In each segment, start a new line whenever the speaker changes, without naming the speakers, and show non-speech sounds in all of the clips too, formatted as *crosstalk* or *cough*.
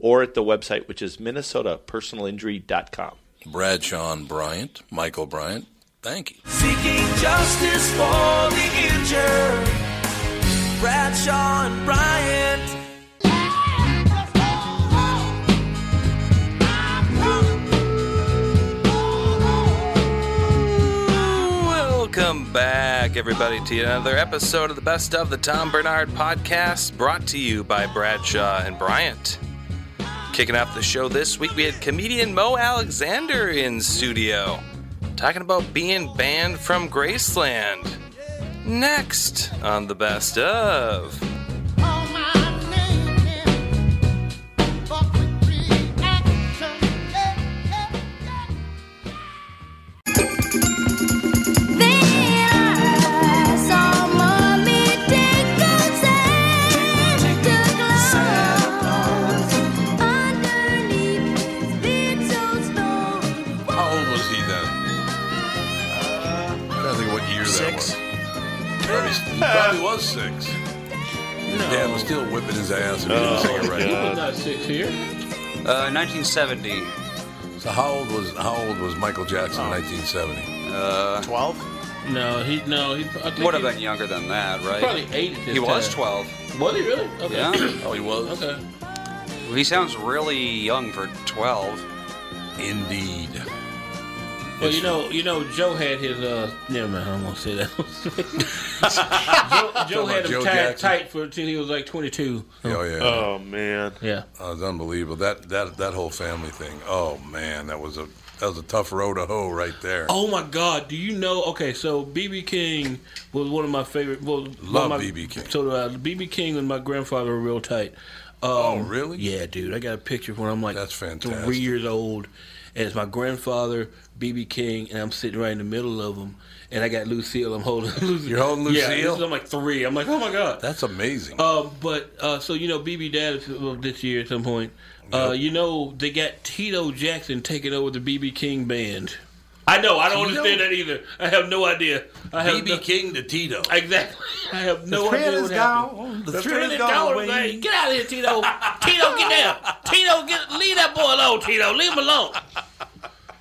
or at the website, which is minnesotapersonalinjury.com.
Brad, Sean Bryant, Michael Bryant. Thank you.
Seeking justice for the injured. Bradshaw and Bryant.
Welcome back, everybody, to another episode of the Best of the Tom Bernard Podcast, brought to you by Bradshaw and Bryant. Kicking off the show this week, we had comedian Mo Alexander in studio, talking about being banned from Graceland. Next on the Best of.
How old was he then? I don't think what year
Six.
that was. Probably, he probably was six. His dad was still whipping his ass. Oh,
Uh, 1970.
So how old was how old was Michael Jackson
Oh.
in 1970?
Uh,
Twelve?
No, he no he. I think
Would
he
have been younger than that,
was
right?
probably eight. At this
He was
time.
12.
Was he really? Okay.
Yeah.
Oh, he was.
Okay.
He sounds really young for 12.
Indeed.
*clears throat* Well, you know, you know, Joe had his. uh Never mind. I don't want to
*laughs*
say that. *laughs* Joe, Joe
about
had him
Joe
tied
Jackson?
tight for until he was like Uh, 22.
Oh yeah.
Oh, man.
Yeah.
Oh, it's unbelievable. That that that whole family thing. Oh man, that was a that was a tough road to hoe right there.
Oh my God! Do you know? Okay, so BB King was one of my favorite. Well, one of
Love
my-
B.B. King.
So uh, BB King and my grandfather were real tight. Um,
Oh, really?
Yeah, dude. I got a picture when I'm like
That's fantastic.
three years old, and it's my grandfather, BB King, and I'm sitting right in the middle of them, and I got Lucille. I'm holding Lucille.
*laughs* You're holding
Yeah,
Lucille?
this is- I'm like three. I'm like, oh my God.
That's amazing.
Uh, but uh, so you know, BB Dad is well, this year at some point. Uh, you know, they got Tito Jackson taking over the BB King band. I know. I don't
Tito?
understand that either. I have no idea. I have
BB
no,
King to Tito.
exactly. I have no idea what happened.
The,
The thrill is gone away. Get out of here, Tito. Tito, get down.
*laughs*
Tito, get leave that boy alone. Tito, leave him alone.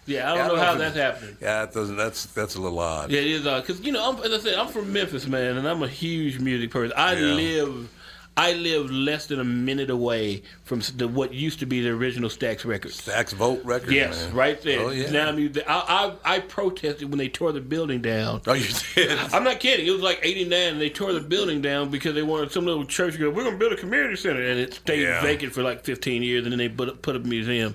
Yeah, I don't
Yeah, I
know
don't
how
think-
that's happening.
Yeah, that doesn't. That's that's a little odd.
Yeah, it is because you know, I'm, as I said, I'm from Memphis, man, and I'm a huge music person. I
Yeah.
live, I live less than a minute away from s- the, what used to be the original Stax Records.
Sax Vote record.
Yes,
man.
right there.
Oh yeah.
Now I mean, I, I I protested when they tore the building down.
oh, you did.
*laughs* I'm not kidding. It was like '89, and they tore the building down because they wanted some little church to go. We're gonna build a community center, and it stayed
Yeah.
vacant for like 15 years, and then they put put up a museum.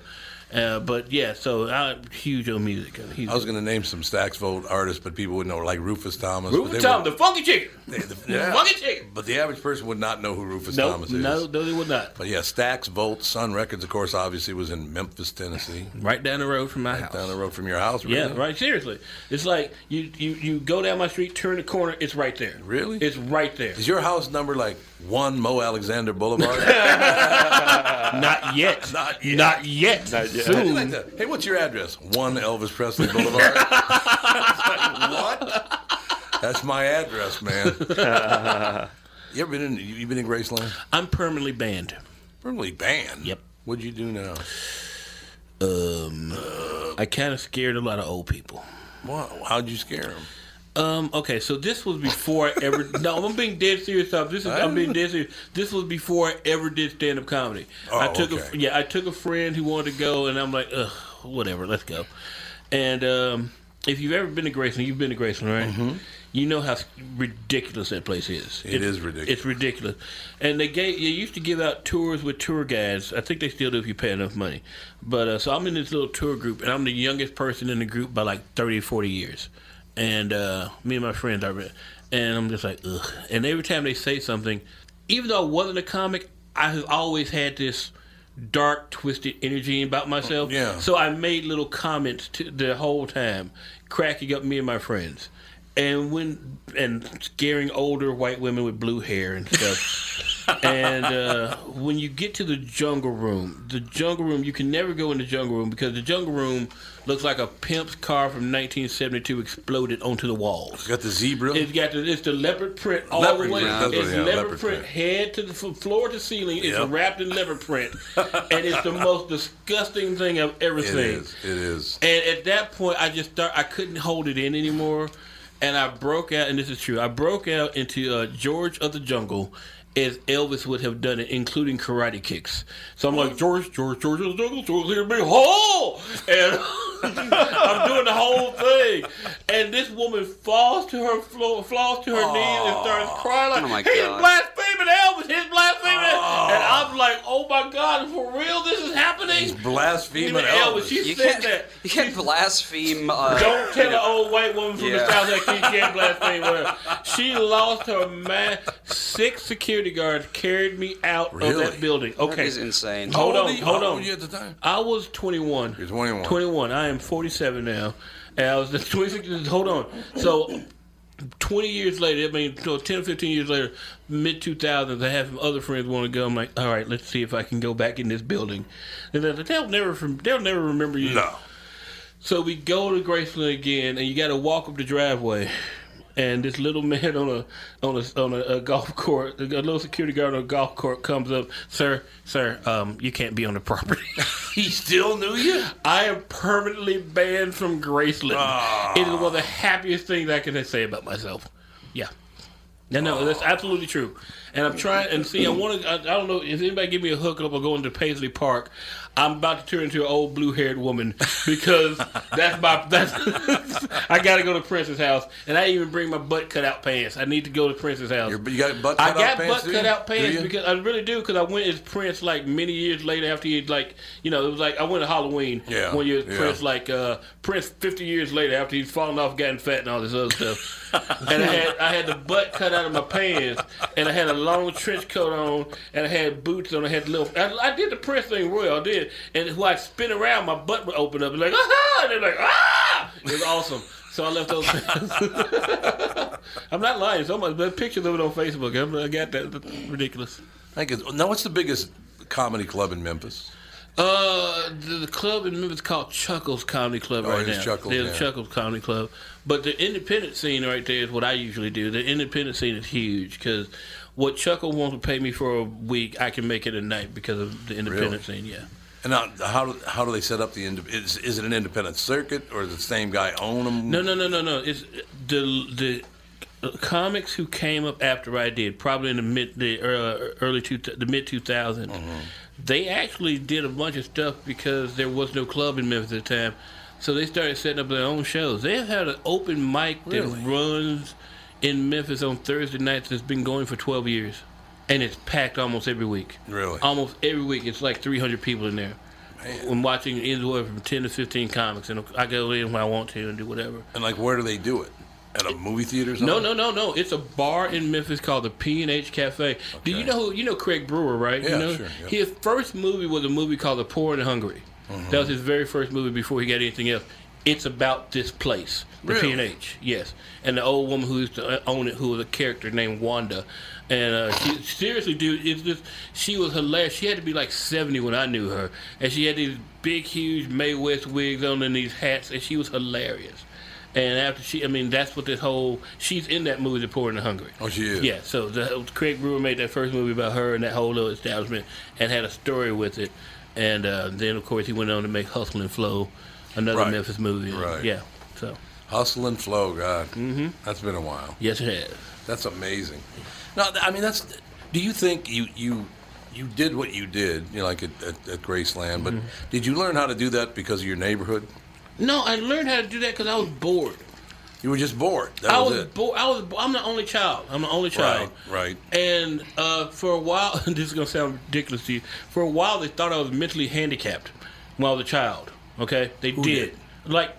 Uh, but yeah, so I'm huge on music. I'm huge.
I was going to name some saxophone artists, but people wouldn't know, like Rufus Thomas. but
Rufus
they
Thomas,
would-
the funky chicken.
the- *laughs* yeah.
Funky chicken.
But the average person would not know who Rufus
No,
Thomas is.
no, no, they would not.
But yeah, Stax, Volt, Sun Records, of course, obviously was in Memphis, Tennessee,
*laughs* Right down the road from my house.
down the road from your house.
Yeah,
really?
right. Seriously, it's like you, you you go down my street, turn the corner, it's right there.
Really?
It's right there.
Is your house number like one Mo Alexander Boulevard?
Not yet.
*laughs*
Not
Not yet.
Uh,
yet.
Not yet.
I do
Soon.
like that. Hey, what's your address? One Elvis Presley
*laughs*
Boulevard. what? That's my address, man.
*laughs*
you ever been in? You you been in Graceland?
I'm permanently banned.
Firmly banned.
Yep. Um,
What'd you do now?
I kind of scared a lot of old people.
Wow, how'd you scare him?
Um. Okay. So this was before I ever.
*laughs*
no, I'm being dead serious. Tom. This is. I'm being dead serious. This was before I ever did stand up comedy.
Oh,
I took
okay.
a yeah. I took a friend who wanted to go, and I'm like, ugh, whatever. Let's go. And um, if you've ever been to Graceland, you've been to Graceland, right?
Mm-hmm.
You know how ridiculous that place is.
It is ridiculous.
It's ridiculous. And they gave. They used to give out tours with tour guides. I think they still do if you pay enough money. But uh, so I'm in this little tour group, and I'm the youngest person in the group by like 30, 40 years and uh, me and my friends are, and I'm just like, ugh. And every time they say something, even though I wasn't a comic, I have always had this dark, twisted energy about myself.
Yeah.
So I made little comments to the whole time, cracking up me and my friends, and when and scaring older white women with blue hair and
*laughs*
stuff. and uh, when you get to the jungle room, the jungle room, you can never go in the jungle room because the jungle room looks like a pimp's car from 1972 exploded onto the walls.
Got the zebra.
It's got the, it's the leopard print all
Leopard
the way.
print, that's what-
it's
yeah,
leopard,
leopard
print,
print.
head to the f- floor to ceiling. It's
Yep.
wrapped in leopard
*laughs*
print, and it's the most disgusting thing I've ever
it
seen.
is. It is.
And at that point, I just start. I couldn't hold it in anymore, and I broke out. And this is true. I broke out into uh, George of the Jungle, as Elvis would have done it, including karate kicks. So I'm
Oh.
like George, George, George of the Jungle, George, here be whole, Oh, and *laughs* I'm doing the whole thing. And this woman falls to her floor, falls to her knees, and starts crying like,
Oh, my
"He's
God.
blaspheming Elvis! He's blaspheming!" Elvis!" And I'm like, "Oh my God, for real? This is happening!"
Blaspheming
Even
Elvis.
Elvis, she
You
said
can't,
that.
*laughs* you can't blaspheme. Uh,
Don't
*laughs*
tell an old white woman from the
Yeah.
south that she can't blaspheme with her. She lost her man. Six security guards carried me out
Really?
of that building. Okay,
That is insane.
hold
How old
on,
are you-
hold
how old
on.
were you at the time?
I was 21.
You're 21.
21. I am 47 now. And I was the *laughs* 26. Hold on. So 20 years later, I mean, so 10, 15 years later, mid 2000s, I have some other friends want to go. I'm like, all right, let's see if I can go back in this building. And they're like, they'll never, they'll never remember you.
No.
So we go to Graceland again, and you got to walk up the driveway. And this little man on a on a on a, a golf court, a little security guard on a golf court comes up, sir, sir, um, you can't be on the property.
He still knew you.
I am permanently banned from Graceland.
Ah.
It is one of the happiest things I can say about myself. Yeah. No, no, that's absolutely true. And I'm trying, and see, I want to, I, I don't know, if anybody give me a hookup or going to Paisley Park, I'm about to turn into an old blue haired woman because
*laughs*
that's my, that's, *laughs* I got to go to Prince's house. And I even bring my butt cut out pants. I need to go to Prince's house.
Your- You got butt
I
cut out
got
pants.
butt
too?
cut out
Do
pants
you?
because I really do because I went as Prince like many years later after he had like you know it was like I went to Halloween
Yeah,
one year as
yeah.
Prince like uh, Prince fifty years later after he'd fallen off gotten fat and all this other
*laughs*
stuff and I had I had the butt cut out of my pants and I had a long trench coat on and I had boots on I had little I, I did the Prince thing royal I did and when I spin around my butt would open up and like ah and they're like ah it was awesome. So I
*laughs*
left those. I'm not lying. Somebody, there's pictures of it on Facebook. I'm- I got that. That's ridiculous.
I think it's- Now, what's the biggest comedy club in Memphis?
Uh, the, the club in Memphis called Chuckles Comedy Club
Oh,
right
it is
now.
Chuckles,
There's
yeah.
Chuckles Comedy Club, but the independent scene right there is what I usually do. The independent scene is huge because what Chuckle wants to pay me for a week, I can make it a night because of the independent scene. Yeah,
And now, how do how do they set up the ind- is, is it an independent circuit or does the same guy own them?
no, no, no, no, no. It's the the comics who came up after I did, probably in the mid the uh, early two the mid two They actually did a bunch of stuff because there was no club in Memphis at the time, so they started setting up their own shows. They've had an open mic that
Really?
runs in Memphis on Thursday nights that's been going for twelve years, and it's packed almost every week.
Really?
almost every week it's like three hundred people in there. when watching anywhere from ten to fifteen comics, and I go in when I want to and do whatever.
And like, where do they do it? At a movie theater? Or something?
No, no, no, no. It's a bar in Memphis called the P and H Cafe. Do you know who? You know Craig Brewer, right?
Yeah,
you know,
sure, yeah.
His first movie was a movie called The Poor and the Hungry.
Mm-hmm.
That was his very first movie before he got anything else. It's about this place, the
Really?
P and H. Yes, and the old woman who used to own it, who was a character named Wanda, and uh, she seriously, dude, it's just she was hilarious. She had to be like seventy when I knew her, and she had these big, huge May West wigs on and these hats, and she was hilarious. And after she, I mean, that's what this whole she's in that movie, The Poor and the Hungry.
Oh, she is.
Yeah, so the, Craig Brewer made that first movie about her and that whole little establishment, and had a story with it. And uh, then, of course, he went on to make Hustle and Flow, another
Right.
Memphis movie.
Right.
Yeah. So
Hustle and flow, God. Mm-hmm. That's been a while.
yes, it has.
That's amazing. No, th- I mean that's. Do you think you you you did what you did, you know, like at, at, at Graceland? But did you learn how to do that because of your neighborhood?
Mm-hmm. No, I learned how to do that because I was bored.
You were just bored. That
I
was,
was
it.
bored. I was. bo- I'm the only child. I'm the only
Right,
child.
right.
And uh, for a while, *laughs* this is gonna sound ridiculous to you. For a while, they thought I was mentally handicapped when I was a child. Okay, they did. Like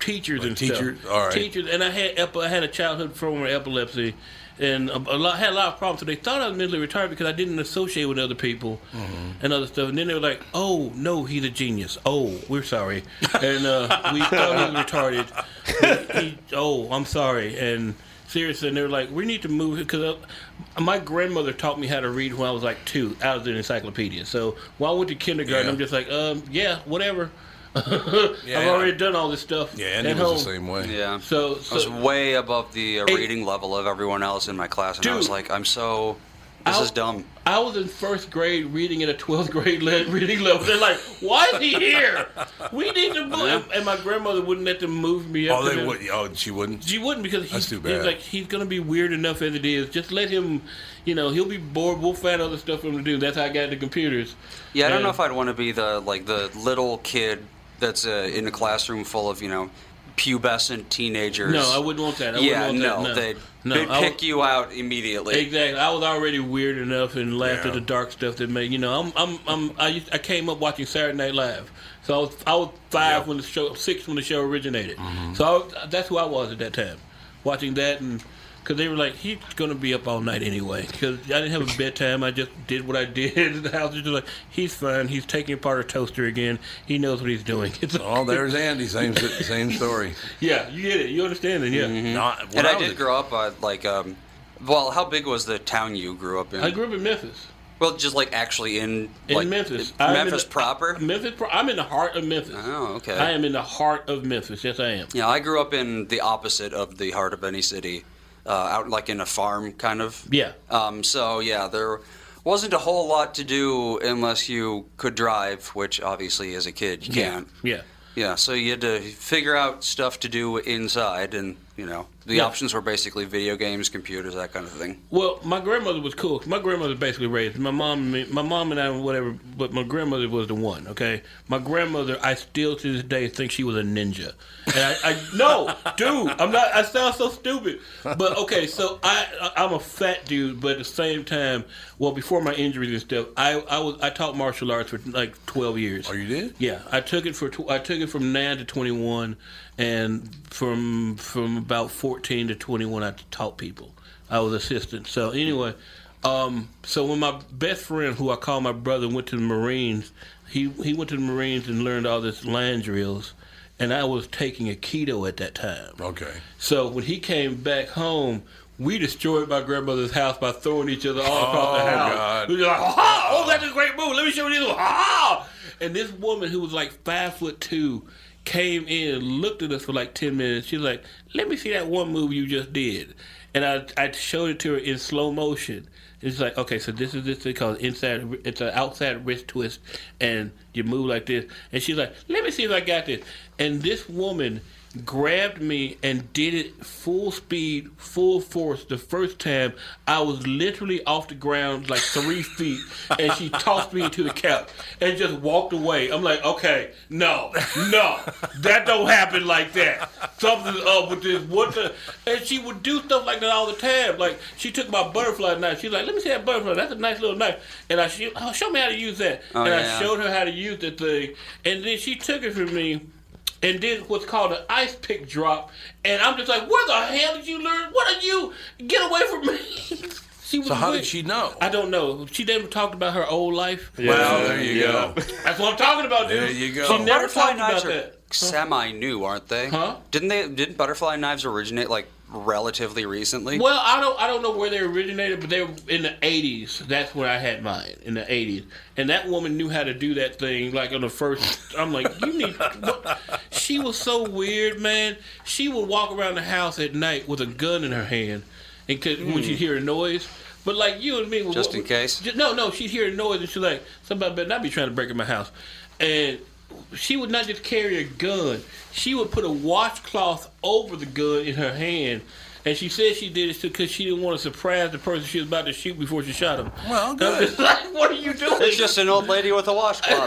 teachers and
teachers?
stuff.
All right.
Teachers, and I had epi- I had a childhood form of epilepsy, and a, a lot had a lot of problems. So they thought I was mentally retarded because I didn't associate with other people
Mm-hmm.
and other stuff. And then they were like, "Oh no, he's a genius. Oh, we're
*laughs*
sorry." And uh, we thought he was retarded. He- he- oh, I'm sorry. And seriously, and they were like, "We need to move because my grandmother taught me how to read when I was like two out of the encyclopedia. So while I went to kindergarten,
Yeah.
I'm just like, um, yeah, whatever." *laughs*
Yeah,
I've
yeah.
already done all this stuff.
Yeah, and
at
it was
home.
the same way.
Yeah.
So,
I was
so
way above the uh,
Hey.
reading level of everyone else in my class, and I was
Dude.
like, I'm so. This
I'll-
is dumb.
I was in first grade reading at a 12th grade le- reading level. They're like, why is he here?
*laughs*
*laughs*
We need to move. And- And my grandmother wouldn't let them move me. up to
Oh, they
the-
would. Oh, she wouldn't.
She wouldn't because he's,
That's too
he's
bad.
like he's gonna be weird enough as it is. Just let him, you know, he'll be bored. We'll find other stuff for him to do. That's how I got the computers.
Yeah, I don't know
Yeah.
if I'd want to be the like the little kid that's uh, in a classroom full of you know pubescent teenagers.
No, I wouldn't want that. I
yeah,
wouldn't
no,
want that.
they'd,
no,
they'd
I
pick
would-
you out immediately.
Exactly. I was already weird enough and laughed
Yeah.
at the dark stuff that made you know. I'm I'm, I'm I, used, I came up watching Saturday Night Live, so I was, I was five when the show, six when the show originated.
Mm-hmm.
So I was, that's who I was at that time, watching that and. Cause they were like, he's gonna be up all night anyway. Cause I didn't have a bedtime. I just did what I *laughs* did. I was just like, he's fine. He's taking apart a toaster again. He knows what he's doing. *laughs* It's
Oh, there's Andy. Same si- same story.
*laughs* yeah, you get it. You understand it. Yeah.
No, Mm-hmm. when
Mm-hmm. and I,
was
did
a-
grow up uh, like um, well, how big was the town you grew up in?
I grew up in Memphis.
well, just like actually in
In
like,
Memphis. I'm in
Memphis
the-
proper.
Memphis. Pro- I'm in the heart of Memphis.
Oh, okay.
I am in the heart of Memphis. Yes, I am.
Yeah, I grew up in the opposite of the heart of any city, uh, out like in a farm kind of.
Yeah.
Um, so yeah, there wasn't a whole lot to do unless you could drive, which obviously as a kid you can't.
Yeah.
Yeah, so you had to figure out stuff to do inside, and you know the
Yeah.
options were basically video games, computers, that kind of thing.
Well, my grandmother was cool. My grandmother basically raised my mom. and me- My mom and I, were whatever. But my grandmother was the one. Okay, my grandmother. I still to this day think she was a ninja. And I, I *laughs* no, dude, I'm not. I sound so stupid. But okay, so I, I I'm a fat dude, but at the same time, well, before my injuries and stuff, I I was I taught martial arts for like 12 years.
Oh, you did?
Yeah, I took it for tw- I took it from nine to twenty one, and from from about fourteen to twenty one, I taught people. I was assistant. So anyway, um, so when my best friend, who I call my brother, went to the Marines, he he went to the Marines and learned all this land drills, and I was taking a keto at that time.
Okay.
So when he came back home, we destroyed my grandmother's house by throwing each other all across the house.
Oh, God.
We were like, "Ha! oh, that's a great move. Let me show you this one. Ha! And this woman who was like five foot two came in and looked at us for like 10 minutes. She's like, let me see that one move you just did. And I, I showed it to her in slow motion. It's like, okay, so this is this thing called inside, it's an outside wrist twist, and you move like this. And she's like, let me see if I got this. And this woman grabbed me and did it full speed, full force the first time. I was literally off the ground like three feet, and she tossed me to the couch and just walked away. I'm like, okay, no, no, that don't happen like that. Something's up with this. What the? And she would do stuff like that all the time. Like she took my butterfly knife. She's like, let me see that butterfly. That's a nice little knife. And I she, oh, show me how to use that.
Oh,
and
yeah.
I showed her how to use the thing, and then she took it from me and did what's called an ice pick drop. And I'm just like, where the hell did you learn? What are you? Get away from me. *laughs* she was
So how
with-
did she know?
I don't know. She never talked about her old life.
Well, there you go.
That's what I'm talking about, dude.
There you go.
She never
butterfly
talked about
knives are
that.
semi new, aren't they?
Huh?
Didn't they? Didn't butterfly knives originate like relatively recently?
Well, I don't I don't know where they originated, but they were in the eighties. That's where I had mine in the eighties, and that woman knew how to do that thing. Like on the first, I'm like, you need. *laughs* What? She was so weird, man. She would walk around the house at night with a gun in her hand, and could, when she'd hear a noise. But like you and me, would-
Just in case.
Ju- no, no, she'd hear a noise and she's like, somebody better not be trying to break in my house, and. She would not just carry a gun. She would put a washcloth over the gun in her hand, and she said she did it because she didn't want to surprise the person she was about to shoot before she shot him. *laughs* And
Well,
I'm
good.
just like, what are you doing?
It's just an old lady with a Oh, washcloth.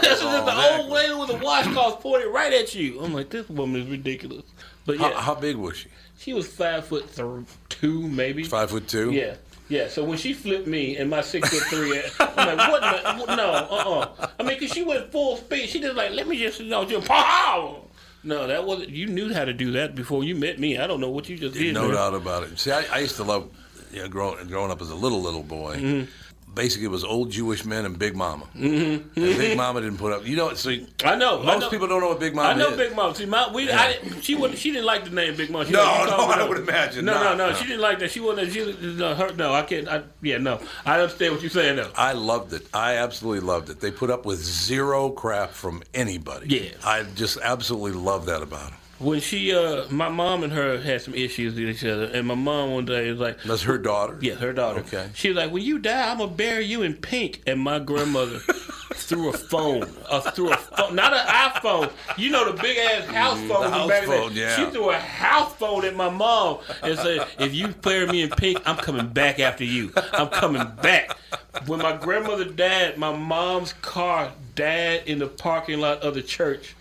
*laughs* This
is
is
all.
the old lady with a washcloth pointed right at you. I'm like, this woman is ridiculous. But yeah,
How, how big was she?
she was five foot th- two, maybe.
Five foot two.
Yeah, yeah. So when she flipped me and my six foot three, ass, I'm like, what? in the- what- no, uh, uh I mean, cause she went full speed. She just like, let me just, no, just pow. No, that wasn't. You knew how to do that before you met me. I don't know what you just did.
No
man.
doubt about it. See, I, I used to love, you know, growing, growing up as a little, little boy.
Mm-hmm.
Basically, it was old Jewish men and Big Mama. Mm-hmm. And Big Mama didn't put up. You know, so
I know. I
most
know.
people don't know what Big Mama
I know
is.
Big Mom. See, my we, I didn't, she wouldn't. She didn't like the name Big Mom. She
*laughs* No,
like, you
*laughs* no,
talking
I
about-
would imagine
No,
not,
no, no,
no.
She didn't like that. She wasn't. She no, her. No, I can't. I, yeah, no. I understand what you're saying though.
I loved it. I absolutely loved it. They put up with zero crap from anybody.
Yeah.
I just absolutely love that about them.
When she, uh, my mom and her had some issues with each other, and my mom one day was like,
That's her daughter.
Yeah, her daughter.
Okay.
She was like, "When you die, I'm gonna bury you in pink." And my
*laughs*
grandmother threw a phone, uh, threw a phone, not an iPhone. You know the big ass house phone.
Mm-hmm. Mm, the house phone, yeah.
She threw a house phone at my mom and said, "If you bury me in pink, I'm coming back after you. I'm coming back." When my grandmother died, my mom's car died in the parking lot of the church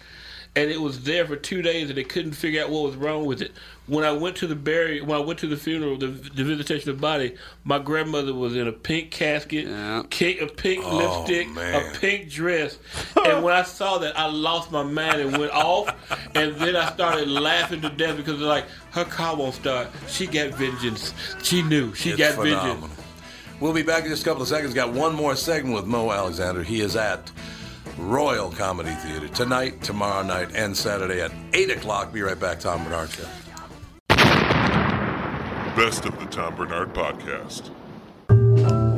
and it was there for two days, and they couldn't figure out what was wrong with it. When I went to the burial, when I went to the funeral, the, the visitation of the body, my grandmother was in a pink casket,
Yeah.
ki- a pink lipstick,
Oh, man.
a pink dress, and when I saw that, I lost my mind and went off, and then I started laughing to death because like her car won't start. She got vengeance. She knew. She
It's
got
phenomenal.
vengeance.
We'll be back in just a couple of seconds. Got one more segment with Mo Alexander. He is at Royal Comedy Theater tonight, tomorrow night, and Saturday at 8 o'clock. Be right back, Tom Bernard Show.
Best of the Tom Bernard Podcast.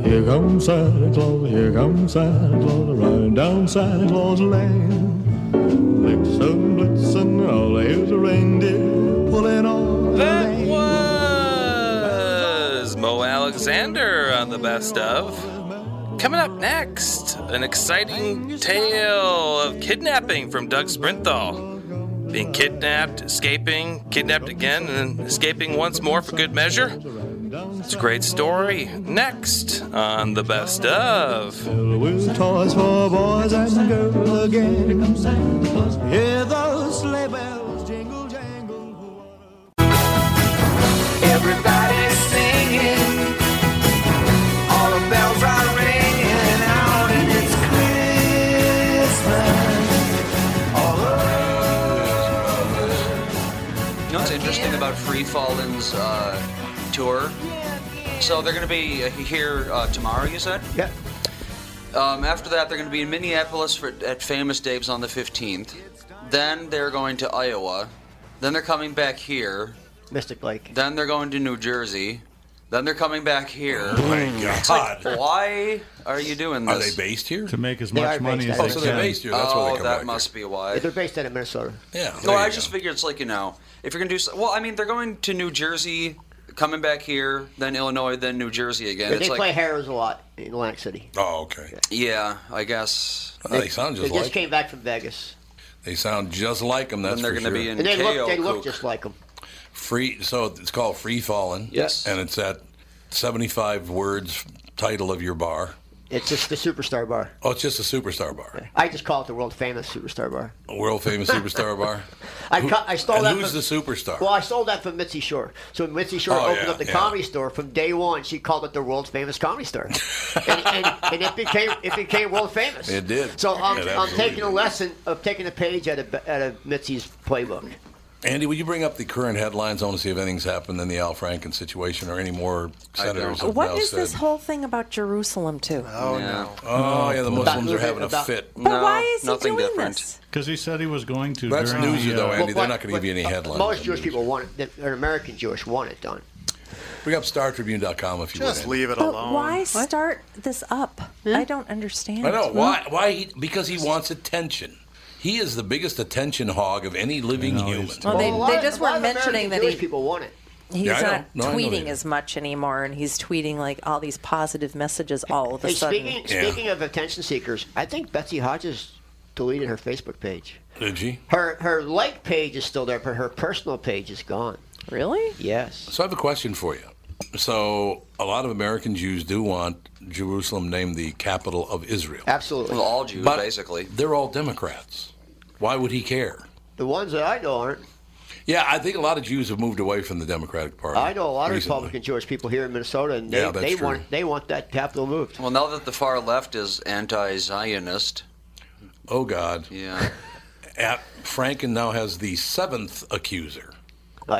Here comes Santa Claus, here comes Santa Claus, riding down Santa Claus Lane. Blitzen, blitzen, all here's a reindeer pulling on.
That was Mo Alexander on the best of. Coming up next, an exciting tale of kidnapping from Doug Sprinthal. Being kidnapped, escaping, kidnapped again, and then escaping once more for good measure. It's a great story. Next on the best of.
With toys for boys and girls again. Here comes Santa Claus. Hear those sleigh bells jingle jangle.
Everybody's singing. All the bells are ringing out, and it's Christmas. All over.
You know what's interesting about Free Fallen's uh, tour? So they're going to be uh, here uh, tomorrow, you said?
Yeah.
Um, after that, they're going to be in Minneapolis for, at Famous Dave's on the 15th. Then they're going to Iowa. Then they're coming back here.
Mystic Lake.
Then they're going to New Jersey. Then they're coming back here. Oh my God! why are you doing
Are they
this?
based here?
to make as
They
much
are
money
based
as they
Oh, so they're
can.
based here. That's why they
oh,
come
that
back
must be why.
They're based out of Minnesota.
here. Yeah.
No,
there
I
you
just
go.
figure it's like you know, if you're gonna do so- well, I mean, they're going to New Jersey, coming back here, then Illinois, then New Jersey again.
They
it's like,
play Harrow's a lot in Atlantic City.
Oh, okay.
yeah, I guess.
Well, Oh, they sound
They
just
just
like.
came back from Vegas.
They sound just like them. That's
Then they're
for
gonna
sure.
be in
And they look, they look just like them.
Free. So it's called Free Fallen.
Yes.
And it's at 75 words title of your bar.
It's just the superstar bar.
Oh, it's just a superstar bar.
I just call it the world famous superstar bar.
A world
*laughs*
famous superstar bar.
I,
Who-
co- I stole
and
that.
who's
from,
the superstar?
Well, I stole that from Mitzi Shore. So when Mitzi Shore
Oh,
opened
yeah,
up the
yeah.
comedy store from day one, she called it the world's famous comedy store, and, and, and it became it became world famous.
It did.
So um, I'm,
It
I'm
absolutely
taking a lesson of taking a page out of out of Mitzi's playbook.
Andy, will you bring up the current headlines? I want to see if anything's happened in the Al Franken situation or any more senators. have
What
now
is
said.
this whole thing about Jerusalem too?
Oh, no. Oh, yeah, the Muslims are having a fit.
But why is he doing this?
Because he said he was going to.
That's
during
newsy,
the,
though,
uh,
Andy. They're not going to give you any headlines.
Most Jewish people want it, or American Jewish want it done.
Bring up StarTribune.com if you
Just
would, Andy.
leave it
But why start this up?
Hmm?
I don't understand. Hmm?
I know why. Why? He, because he wants attention. He is the biggest attention hog of any living human.
Well, they,
Well, a lot
they
of-
just
a lot
were
of
mentioning
American
that
Jewish
he,
people want it.
he's
Yeah, I know.
not
No, I know they
tweeting
do.
as much anymore, and he's tweeting like all these positive messages all of a
Hey,
sudden.
speaking speaking of attention seekers, I think Betsy Hodges deleted her Facebook page.
Did she?
Her her like page is still there, but her personal page is gone.
Really?
Yes.
So I have a question for you. So a lot of American Jews do want Jerusalem named the capital of Israel.
Absolutely.
Well, all Jews,
But
basically.
They're all Democrats. Why would he care?
The ones that I know aren't.
Yeah, I think a lot of Jews have moved away from the Democratic Party.
I know a lot of
recently.
Republican Jewish people here in Minnesota, and they,
Yeah, that's
they
true.
want they want that capital moved.
Well, now that the far left is anti-Zionist.
Oh God.
Yeah.
*laughs* At Franken now has the seventh accuser.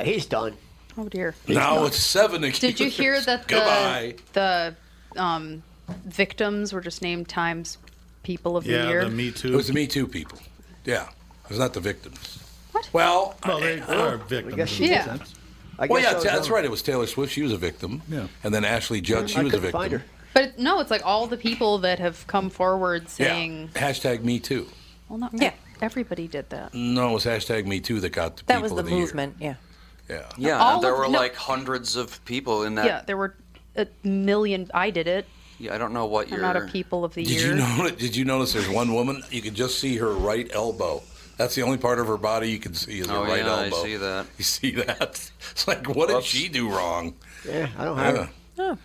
he's done.
Oh dear.
now it's seven accusers.
Did you hear that the
Goodbye.
the um, victims were just named Times People of the Year?
It was the Me Too people. Yeah, it was not the victims. What? Well, well, they
are
oh.
victims I guess
she in a is. sense.
I
well,
guess
yeah,
so,
that's
though.
right. It was Taylor Swift. She was a victim.
Yeah.
And then Ashley Judd. She
I
was a
couldn't
victim.
find her.
But it- no, it's like all the people that have come forward saying,
Yeah. Hashtag Me Too.
well, not yeah. everybody did that.
No, it was hashtag Me Too that got the
That
people
was the
of the year.
movement.
Yeah.
Yeah,
All
there
of-
were
no.
like hundreds of people in that.
Yeah, there were a million. I did it.
Yeah, I don't know what
I'm
you're.
not a People of the
Did
Year.
you know? *laughs* Did you notice there's one woman? You could just see her right elbow. That's the only part of her body you can see is her
Oh,
right
yeah, I
elbow.
see that.
*laughs* You see that? It's like, what did she do wrong?
Yeah, I don't
have.
Oh,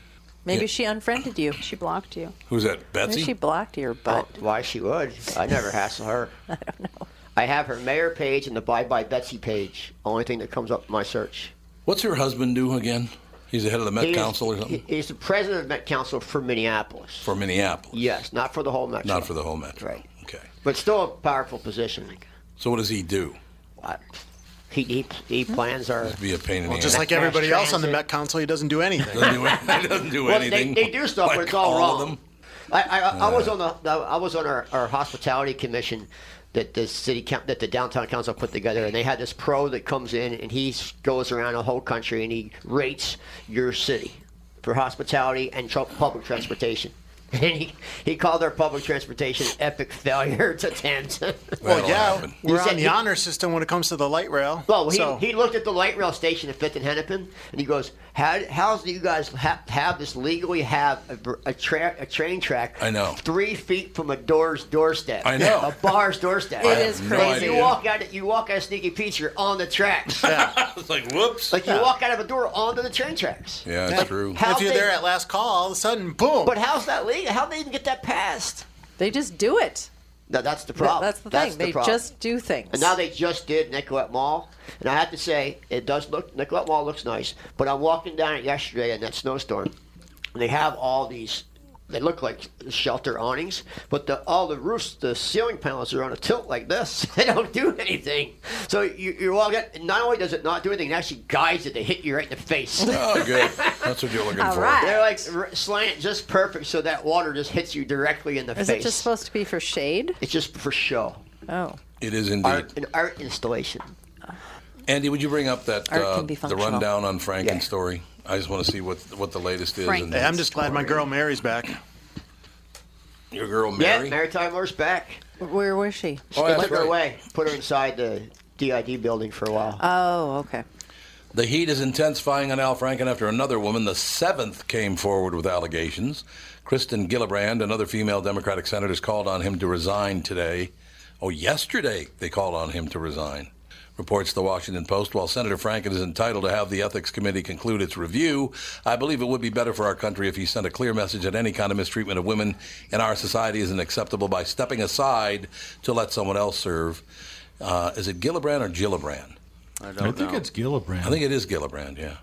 maybe
Yeah.
she unfriended you. She blocked you.
Who's that? Betsy.
Maybe she blocked your butt.
Oh, Why she would? I never hassle
*laughs*
her. I don't know. I have her mayor page and the Bye Bye Betsy page. Only thing that comes up in my search.
What's her husband do again? He's the head of the Met
He is-
Council or something
he- He's the president of Met Council for Minneapolis.
for Minneapolis,
Yes, not for the whole Metro.
not for the whole metro. Right. Okay.
But still a powerful position.
So what does he do?
What? He he, he plans our.
Be a pain in
Well,
the
just
ass.
like everybody else on the Met Council, he doesn't do anything.
*laughs* Doesn't do, any- *laughs* doesn't do
Well,
anything.
They, they do stuff, but it's all,
all
wrong.
of them?
I, I, I was on the I was on our, our hospitality commission that the city coun- that the downtown council put together, and they had this pro that comes in and he s- goes around the whole country and he rates your city for hospitality and tr- public transportation. *laughs* And he, he called our public transportation epic failure *laughs* to attempt.
well, yeah,
He
we're
said
on the
he-
honor system when it comes to the light rail.
well, he,
so.
he looked at the light rail station at Fifth and Hennepin, and he goes, "How how's do you guys ha- have this legally have a, br- a, tra- a train track?
I know.
three feet from a door's doorstep.
I know.
a bar's doorstep.
I It have is no crazy.
You
idea.
walk out, you walk out of Sneaky Pete's, you're on the tracks.
it's like whoops.
like you walk out of a door onto the train tracks.
Yeah, it's true.
if you're there at last call, all of a sudden, boom.
But how's that legal? How they even get that passed?
They just do it.
No, that's the problem.
That's the thing.
That's
they
problem.
just do things.
And now they just did Nicolette Mall. And I have to say, it does look, Nicolette Mall looks nice. But I'm walking down it yesterday in that snowstorm. And they have all these, they look like shelter awnings. But the, all the roofs, the ceiling panels are on a tilt like this. *laughs* They don't do anything. So you, you're walking, and not only does it not do anything, it actually guides it to hit you right in the face.
*laughs* Oh,
*laughs*
*laughs*
good. That's what you're looking for.
They're like r- slant just perfect so that water just hits you directly in the
Is
face.
it just supposed to be for shade?
it's just for show.
Oh,
It is indeed.
Art, an art installation.
Andy, would you bring up that
Art
uh,
can be
the
functional.
rundown on Franken's story? I just want to see what what the latest is. and-
Hey, I'm just glad my girl Mary's back.
Your girl Mary.
Yeah, Mary Tyler's back.
Where was she?
Oh,
She took her away, put her inside the DID building for a while.
Oh, okay.
The heat is intensifying on Al Franken after another woman, the seventh, came forward with allegations. Kristen Gillibrand, another female Democratic senator, has called on him to resign today Oh, yesterday they called on him to resign. Reports the Washington Post. While Senator Franken is entitled to have the Ethics Committee conclude its review, I believe it would be better for our country if he sent a clear message that any kind of mistreatment of women in our society isn't acceptable by stepping aside to let someone else serve. Uh, is it Gillibrand or Gillibrand?
I don't I think know. it's Gillibrand.
I think it is Gillibrand, yeah.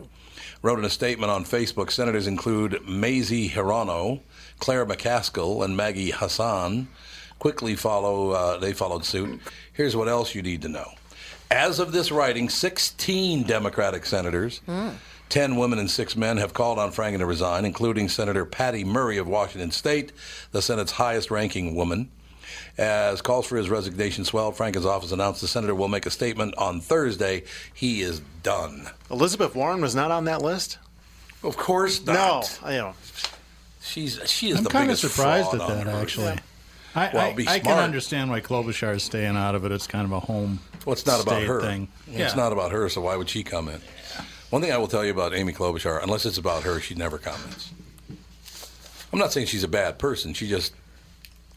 Wrote in a statement on Facebook Senators include Maisie Hirono, Claire McCaskill, and Maggie Hassan. Quickly follow, uh, they followed suit. Here's what else you need to know. As of this writing, 16 Democratic senators,
Hmm.
10 women and 6 men, have called on Franken to resign, including Senator Patty Murray of Washington State, the Senate's highest ranking woman. As calls for his resignation swelled, Franken's office announced the senator will make a statement on Thursday. He is done.
Elizabeth Warren was not on that list.
Of course not.
No, I know.
She's she is
I'm
the
kind of
biggest
surprised
fraud
at
on
that,
earth.
actually. I,
Well,
I,
be
I can
smart.
understand why Klobuchar is staying out of it. It's kind of a home.
Well, it's not about
state
her.
Thing.
It's not about her, so why would she comment? One thing I will tell you about Amy Klobuchar, unless it's about her, she never comments. I'm not saying she's a bad person. She's just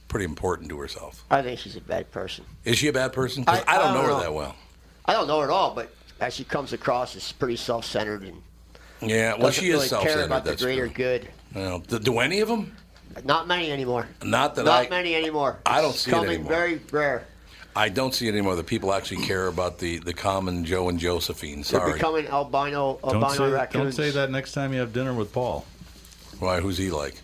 pretty important to herself.
I think she's a bad person.
Is she a bad person? 'Cause
I- uh,
I, don't
I
know
don't
her
know.
that well.
I don't know her at all, but as she comes across, it's pretty self-centered and
Yeah, well,
doesn't
she
really
is
care
self-centered.
about the
That's
greater
true.
good.
Well, do, do any of them?
Not many anymore.
Not that
Not
I
many anymore.
I don't
It's
see it
coming
anymore.
Very rare.
I don't see it anymore. The people actually care about the, the common Joe and Josephine.
They're
Sorry.
becoming albino
Don't
albino
say,
raccoons.
don't say that next time you have dinner with Paul.
Why? Who's he like?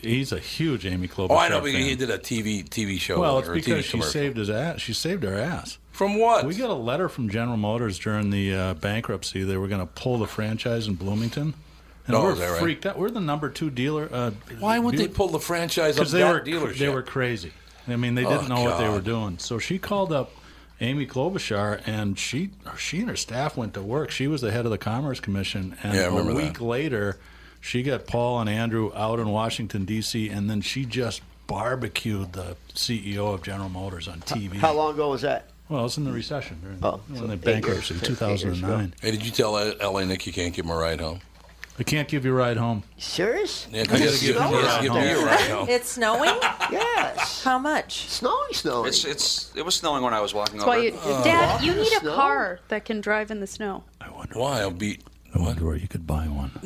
He's a huge Amy Klobuchar
Oh, I know. But
fan.
he did a TV TV show.
well, it's
or a
because
TV
she
commercial.
saved his ass. She saved her ass.
From what?
We got a letter from General Motors during the uh, bankruptcy. They were going to pull the franchise in Bloomington, and
Oh,
we're
is that right?
freaked out. We're the number two dealer. Uh,
Why would
deal-
they pull the franchise up
Because they
that
were
dealership?
they were crazy. I mean, they didn't
Oh,
know what they
God.
were doing. So she called up Amy Klobuchar, and she she and her staff went to work. She was the head of the Commerce Commission, and
Yeah, I remember
a
that.
week later, she got Paul and Andrew out in Washington D.C., and then she just barbecued the CEO of General Motors on TV.
How long ago was that?
Well, it's in the recession during
Oh.
when
so
they
eight years,
bankruptcy,
eight years
two thousand and nine.
Hey, did you tell uh, L.A. Nick you can't give him a ride home?
I can't give you a ride home.
Serious?
Yeah, you gotta give, you gotta give me a ride home.
*laughs* It's snowing?
yes.
How much?
Snowing, snowing.
It's it's it was snowing when I was walking
That's
over.
why, you,
Oh.
Dad, you need a car that can drive in the snow.
Why? I'll be.
I wonder where you could buy one.
*laughs*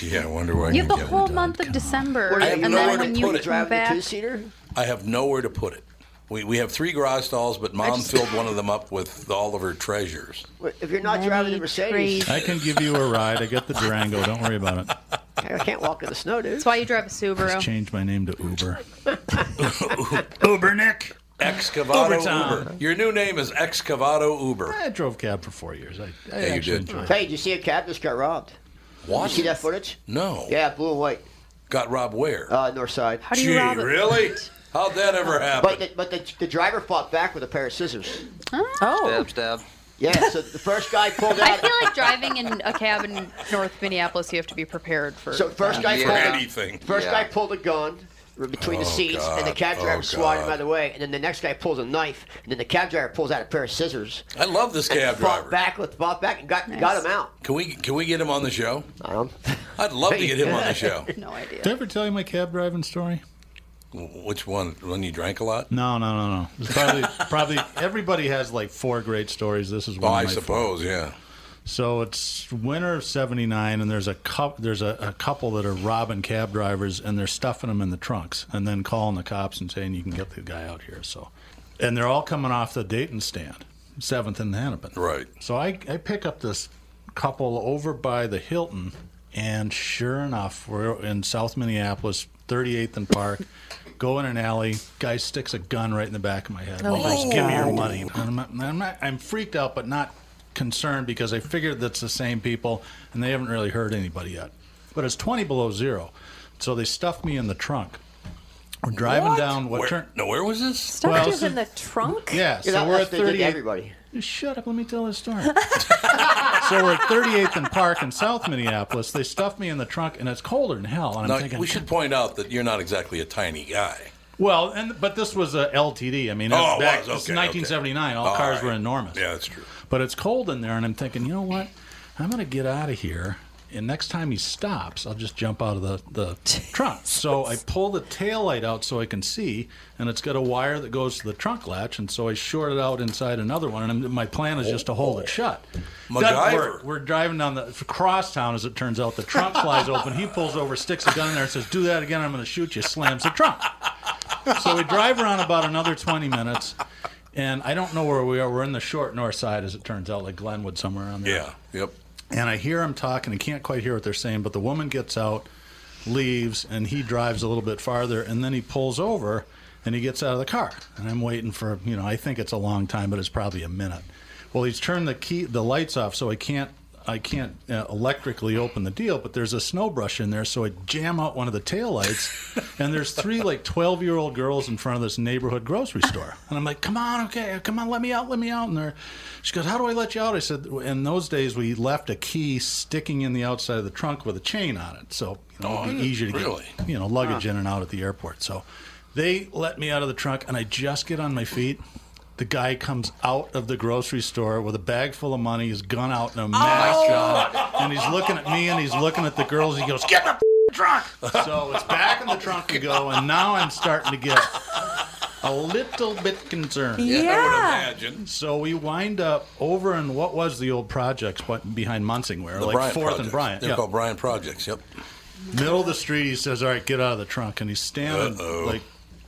yeah, I wonder where I
You
can
have the
get
whole
one.
month of December,
I have
and
nowhere
then when
to put
you
it.
come
Driving a
back,
two-seater?
I have nowhere to put it. We, we have three garage stalls, but Mom
just-
filled one of them up with all of her treasures.
If you're not driving the Mercedes,
I can give you a ride. I got the Durango. Don't worry about it.
I can't walk in the snow, dude.
that's why you drive a
Just
Subaru.
change my name to Uber.
*laughs*
Uber Nick.
Excavado
Overtime.
Uber. Your new name is Excavado Uber.
I *laughs* drove cab for four years. I, I
Yeah, you
actually
did.
enjoyed it.
Hey, did you see a cab just got robbed?
What?
You see that footage?
No.
Yeah, blue and white,
Got robbed where?
uh, north side.
How do you
Gee,
rob it?
really? How'd that ever happen?
But the, but the, the driver fought back with a pair of scissors.
Oh,
Stab, stab.
Yeah, so the first guy pulled
*laughs*
I
out.
feel like driving in a cab in North Minneapolis, you have to be prepared for.
So first
that.
guy
Yeah.
pulled
Yeah.
Anything.
First
Yeah.
guy pulled a gun between
Oh,
the seats, and the
God.
cab driver
Oh,
swatted him
God.
out of the way. And then the next guy pulls a knife, and then the cab driver pulls out a pair of scissors.
I love this cab
Fought
driver.
back with fought back and got got him out.
Can we can we get him on the show?
Um,
*laughs* I'd love to get him on the show.
No idea.
Did I ever tell you my cab driving story?
W- Which one? When you drank a lot?
No, no, no, no. It's probably, probably everybody has like four great stories. This is
Oh,
one.
I
of my four.
suppose, yeah.
So it's winter of '79, and there's a cou- there's a, a couple that are robbing cab drivers, and they're stuffing them in the trunks, and then calling the cops and saying you can get the guy out here. So, and they're all coming off the Dayton stand, Seventh and Hennepin.
Right.
So I, I pick up this couple over by the Hilton, and sure enough, we're in South Minneapolis, 38th and Park. Go in an alley. Guy sticks a gun right in the back of my head.
Oh,
Offers,
my
Give me your
God.
money. And I'm, not, I'm, not, I'm freaked out, but not concerned because I figured that's the same people, and they haven't really hurt anybody yet. But it's 20 below zero, so they stuffed me in the trunk. We're driving
What?
down what
Where-
turn?
No, where was this?
stuffed
Well,
you
this
in the
is-
trunk?
Yeah,
you
so
know,
we're
that's what they
at
did to
38.
everybody.
Just Shut up, let me tell this
*laughs*
story. so we're at 38th and Park in South Minneapolis. They stuffed me in the trunk, and it's colder than hell. And I'm
Now,
thinking,
we should point out that you're not exactly a tiny guy.
well, and but this was a LTD. I mean,
Oh,
that's
it
back,
was.
it's
Okay, okay.
1979. All
All
cars
right.
were enormous.
Yeah, that's true.
But it's cold in there, and I'm thinking, you know what? I'm going to get out of here And next time he stops, I'll just jump out of the, the trunk. So I pull the tail light out so I can see, and it's got a wire that goes to the trunk latch, and so I short it out inside another one. And I'm, my plan is just to hold it shut. Doesn't
MacGyver.
work. We're driving down the cross town, as it turns out. The trunk flies open. He pulls over, sticks a gun in there, and says, "Do that again, I'm going to shoot you." Slams the trunk. So we drive around about another 20 minutes, and I don't know where we are. We're in the short north side, as it turns out, like Glenwood somewhere around there.
Yeah. Yep.
And I hear him talking. I can't quite hear what they're saying, but the woman gets out, leaves, and he drives a little bit farther, and then he pulls over and he gets out of the car. And I'm waiting for, you know, I think it's a long time, but it's probably a minute. Well, he's turned the key, the lights off, so I can't. I can't uh, electrically open the deal, but there's a snow brush in there, so I jam out one of the taillights, and there's three like 12 year old girls in front of this neighborhood grocery store. And I'm like, come on, okay, come on, let me out, let me out. And they're, she goes, how do I let you out? I said, in those days, we left a key sticking in the outside of the trunk with a chain on it. So, you know,
Oh,
it'd be easier to
really?
get, you know, luggage
Huh.
in and out at the airport. So they let me out of the trunk, and I just get on my feet. The guy comes out of the grocery store with a bag full of money, his gun out,
Oh
and a mask
God.
on. And he's looking at me and he's looking at the girls. He goes, Get in the trunk! So it's back in the trunk we go, and now I'm starting to get a little bit concerned.
Yeah, I would Yeah. imagine.
So we wind up over in what was the old projects what- behind Munsingware,
The
like
Bryant
4th and
Projects.
Bryant.
They're
yeah.
called Bryant Projects, yep.
Middle of the street, he says, All right, get out of the trunk. And he's standing
Uh-oh.
like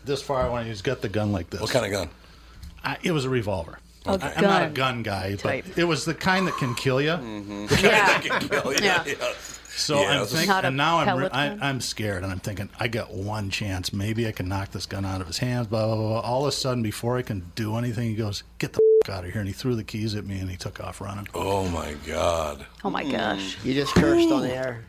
this far away, and he's got the gun like this.
What kind of gun?
I, it was a revolver.
A
I- I'm not a
gun
gun guy, but
type.
it was the kind that can kill you.
Mm-hmm.
The kind that can kill you, Yeah. yeah.
So
Yeah,
I'm
it's a-
thinking,
Not a
and now I'm re-
pellet
I,
gun?
I'm scared, and I'm thinking, I got one chance. Maybe I can knock this gun out of his hands. Blah blah blah. blah. All of a sudden, before I can do anything, he goes, "Get the f- out of here!" And he threw the keys at me, and he took off running.
Oh my God.
Oh my
*gasps*
gosh.
You just cursed on the air.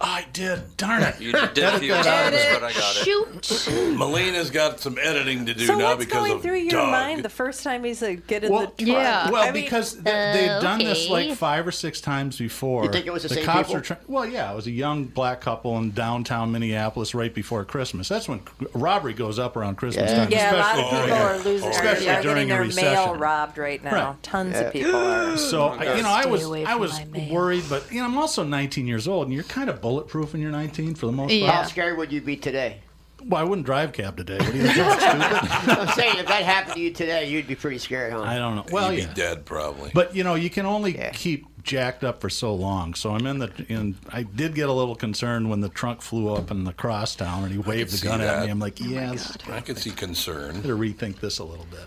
I did. Darn it.
You
did
a few times, but I got
Shoot.
Melina's got some editing to do
so
now
what's
because
going
of
through your
Doug.
mind the first time he said, "Get in
Well,
the trunk"?
Well,
I mean-
because they, they've done this like five or six times before.
You think it was the same people?
were try- well, yeah, it was a young black couple in downtown Minneapolis right before Christmas. That's when c- robbery goes up around Christmas time.
yeah, a lot
especially
of people
during-
are losing their,
especially
are
during
getting
a
their mail
recession.
robbed right now.
Right.
Tons of people are.
So I- you know, I
Stay
was
away
I
from
was
my
worried, but you know, I'm also 19 years old, and you're kind of bulletproof when you're 19 for the most
How
part.
scared would you be today?
Well, I wouldn't drive cab today. What do
*laughs*
you think?
*laughs* I'm saying if that happened to you today, you'd be pretty scared, huh?
I don't know. Well,
You'd
yeah.
be dead probably.
But you know, you can only keep jacked up for so long. So I'm in the in. I did get a little concerned when the trunk flew up in the crosstown, and he waved the
see
gun at
that.
me. I'm like, yeah, this-
I could see concern.
better rethink this a little bit.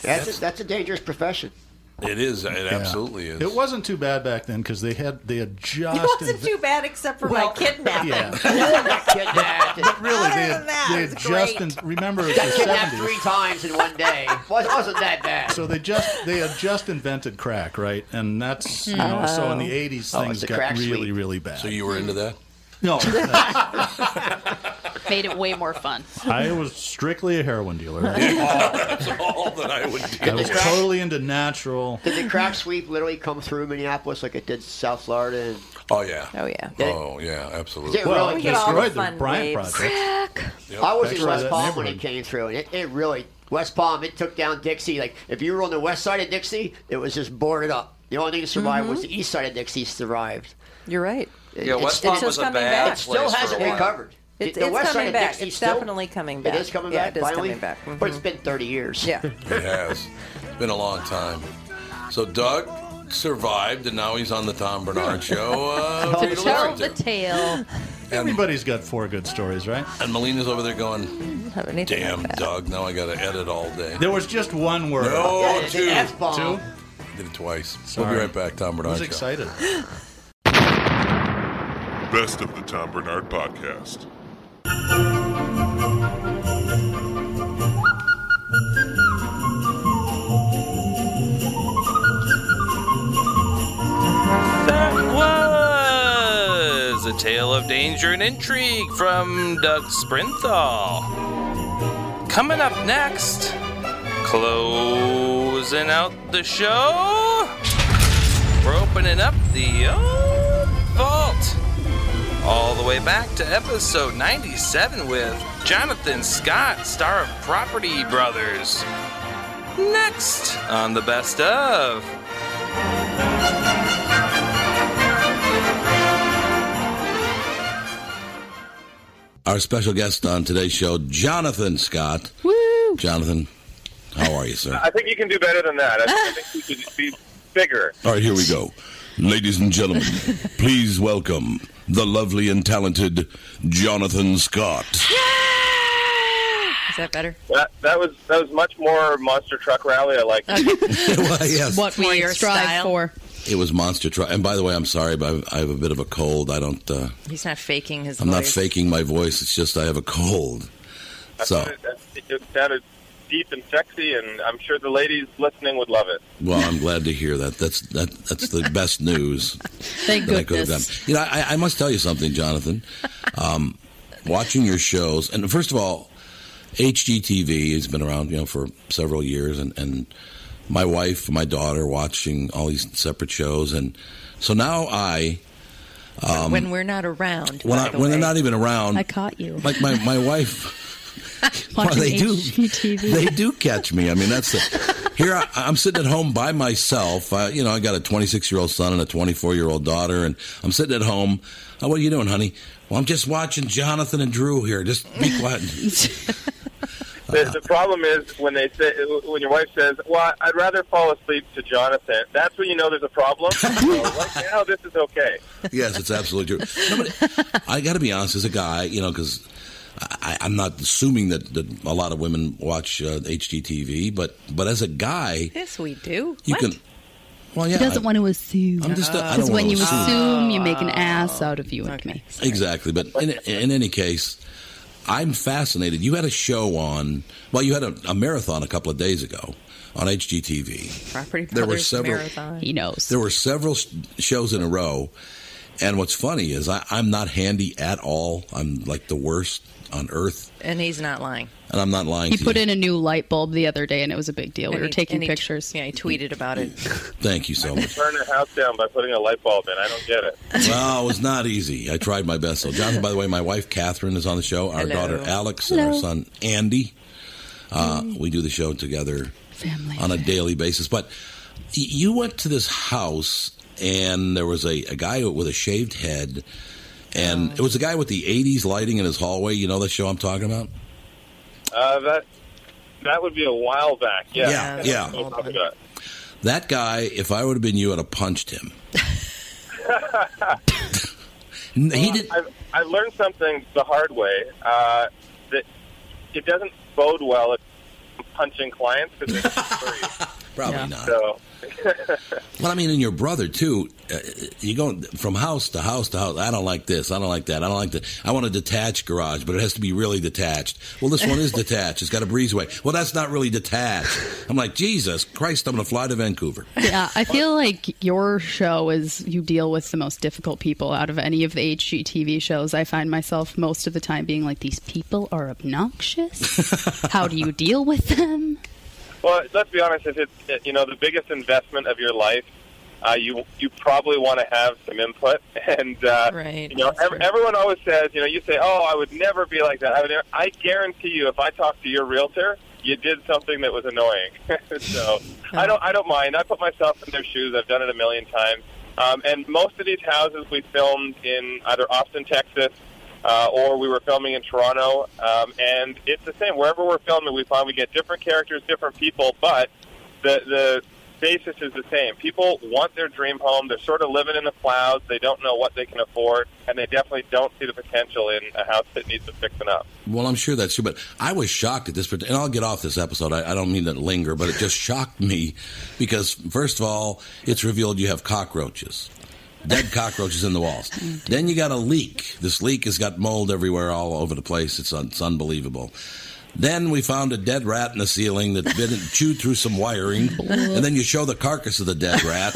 That's a, that's a dangerous profession.
It is. It
Yeah.
absolutely is.
It wasn't too bad back then because they had they had
It
just.
wasn't
inve-
too bad except for my kidnapping.
yeah.
But
really, they
Other
had,
than that,
they
it
had
was
just.
great.
in- remember, it
Got
was the
kidnapped
70s.
three times in one
*laughs*
day. Was, wasn't that bad?
So they just they had just invented crack, right? And that's you know so in the eighties
Oh, it's
things
a
got
crack
really
suite.
really bad. So
you were into that?
No,
Made it way more fun.
I was strictly a heroin dealer.
That's all that I would do.
I was totally into natural.
Did the crack sweep literally come through Minneapolis like it did South Florida? And...
Oh yeah.
Oh yeah.
Oh yeah, absolutely.
Is it Well, really-
it destroyed the Bryant project.
Yep.
I was
That's
in
right,
West
that
Palm when it
neighborhood.
came through, and it, it really West Palm. It took down Dixie. Like if you were on the west side of Dixie, it was just boarded up. The only thing that survived was the east side of Dixie survived.
Mm-hmm. You're right.
It-
Yeah,
it's
West
still-
Palm was a bad
It still
place for
hasn't
a
been
while.
covered.
It's,
the
it's
west
coming
side of
back.
Dixie
It's
still,
definitely coming back.
It is coming
yeah,
back.
It is
finally,
coming back. Mm-hmm.
but it's been 30 years.
Yeah.
It has. It's been a long time. So Doug survived, and now he's on the Tom Bernard Show. Uh, for you
to
to
tell
listen
the tale.
Everybody's got four good stories, right?
And Melina's over there going,
Have anything
"Damn, Doug! Now I got to edit all day."
There was just one word.
No,
Yeah, it's
two.
an F-bomb. Two?
Did it twice. We'll
Sorry.
be right back, Tom Bernard.
I was
Show. *gasps*
excited.
Best of the Tom Bernard Podcast.
That was a tale of danger and intrigue from Doug Sprinthal. Coming up next, closing out the show, we're opening up the old vault. All the way back to episode 97 with Jonathan Scott, star of Property Brothers. Next on the best of.
Our special guest on today's show, Jonathan Scott.
Woo!
Jonathan, how are you, sir?
*laughs* I think you can do better than that. I think, I think we should be bigger.
All right, here we go. Ladies and
*laughs*
gentlemen, please welcome the lovely and talented Jonathan Scott.
Is that better?
That, that was that was much more monster truck rally. I like. *laughs*
yes.
What we strive for.
It was monster truck. And by the way, I'm sorry, but I've- I have a bit of a cold. I don't. Uh,
He's not faking his
I'm not
voice.
faking my voice. It's just I have a cold. So,
It just sounded deep and sexy, and I'm sure the ladies listening would love it.
well, I'm glad to hear that. That's that. That's the
*laughs*
best news.
Thank
that I could have done.
goodness.
You know, I, I must tell you something, Jonathan. Um, watching your shows, and first of all, HGTV has been around, you know, for several years, and and my wife, my daughter, watching all these separate shows, and so now I. Um,
when we're not around.
when,
by
I,
the
when
way.
they're not even around,
I caught you. *laughs*
Like my, my wife, *laughs* well,
Watching
they do
HGTV.
they do catch me. I mean, that's the, here I, I'm sitting at home by myself. I, you know, I got a 26 year old son and a 24 year old daughter, and I'm sitting at home. Oh, what are you doing, honey? Well, I'm just watching Jonathan and Drew here. Just be quiet.
The, the problem is when they say when your wife says, "Well, I'd rather fall asleep to Jonathan." That's when you know there's a problem. so right now, this is okay.
yes, it's absolutely true. No, but I got to be honest, as a guy, you know, because I, I'm not assuming that, that a lot of women watch uh, HGTV, but but as a guy,
Yes, we do.
you
What?
can. Well, yeah,
he doesn't
I-
want to assume.
I'm just- I don't
Because when
wanna
you
assume.
assume, you make an ass out of you and me.
Exactly, but in, in any case, I'm fascinated. You had a show on, well, you had a, a marathon a couple of days ago on HGTV.
Property
There were
Brothers
several.
Marathon.
There were several s- shows in a row, and what's funny is I, I'm not handy at all. I'm like the worst on earth,
And he's not lying.
and I'm not lying
He
to
put
you.
in a new light bulb the other day, and it was a big deal. We
And
were
he-
taking
and he t-
pictures.
yeah, he tweeted about it.
Thank you so
You
much.
turn the house down by putting a light bulb in. I don't get it.
well, it was not easy. I tried my best. So, Jonathan, by the way, my wife Catherine is on the show. Our
Hello.
daughter Alex and our
Hello.
son Andy. Uh, We do the show together on a daily basis. But y- you went to this house, and there was a, a guy with a shaved head, and it was a guy with the '80s lighting in his hallway. You know the show I'm talking about?
Uh, that that would be a while back. Yeah,
Yeah,
That's
yeah.
what I'm talking about.
That guy, if I would have been you, I'd have punched him. N- *laughs* he
Well, I've, I've learned something the hard way uh, that it doesn't bode well if I'm punching clients because
*laughs*
they're free.
Probably not.
So, *laughs*
Well, I mean, and your brother too. Uh, you go from house to house to house. I don't like this. I don't like that. I don't like that. I want a detached garage, but it has to be really detached. Well, this one is detached. It's got a breezeway. Well, that's not really detached. I'm like, Jesus Christ! I'm going to fly to Vancouver.
Yeah, I feel like your show is you deal with the most difficult people out of any of the HGTV shows. I find myself most of the time being like, these people are obnoxious. How do you deal with them?
well, let's be honest. If it's it- you know the biggest investment of your life, uh, you you probably want to have some input. *laughs* And uh,
Right,
you know,
that's
ev- everyone always says, you know, you say, "Oh, I would never be like that." I, would never, I guarantee you, if I talk to your realtor, you did something that was annoying. *laughs* so I don't I don't mind. I put myself in their shoes. I've done it a million times. Um, and most of these houses we filmed in either Austin, Texas, uh, or we were filming in Toronto. Um, and it's the same. Wherever we're filming, we find we get different characters, different people, but the the basis is the same. People want their dream home. They're sort of living in the clouds. They don't know what they can afford, and they definitely don't see the potential in a house that needs some fixing up.
Well, I'm sure that's true, but I was shocked at this. part- And I'll get off this episode. I, I don't mean to linger, but it just *laughs* shocked me because, first of all, it's revealed you have cockroaches, dead cockroaches in the walls. then you got a leak. This leak has got mold everywhere, all over the place. It's, un- it's unbelievable. Then we found a dead rat in the ceiling that bit chewed through some wiring, and then you show the carcass of the dead rat.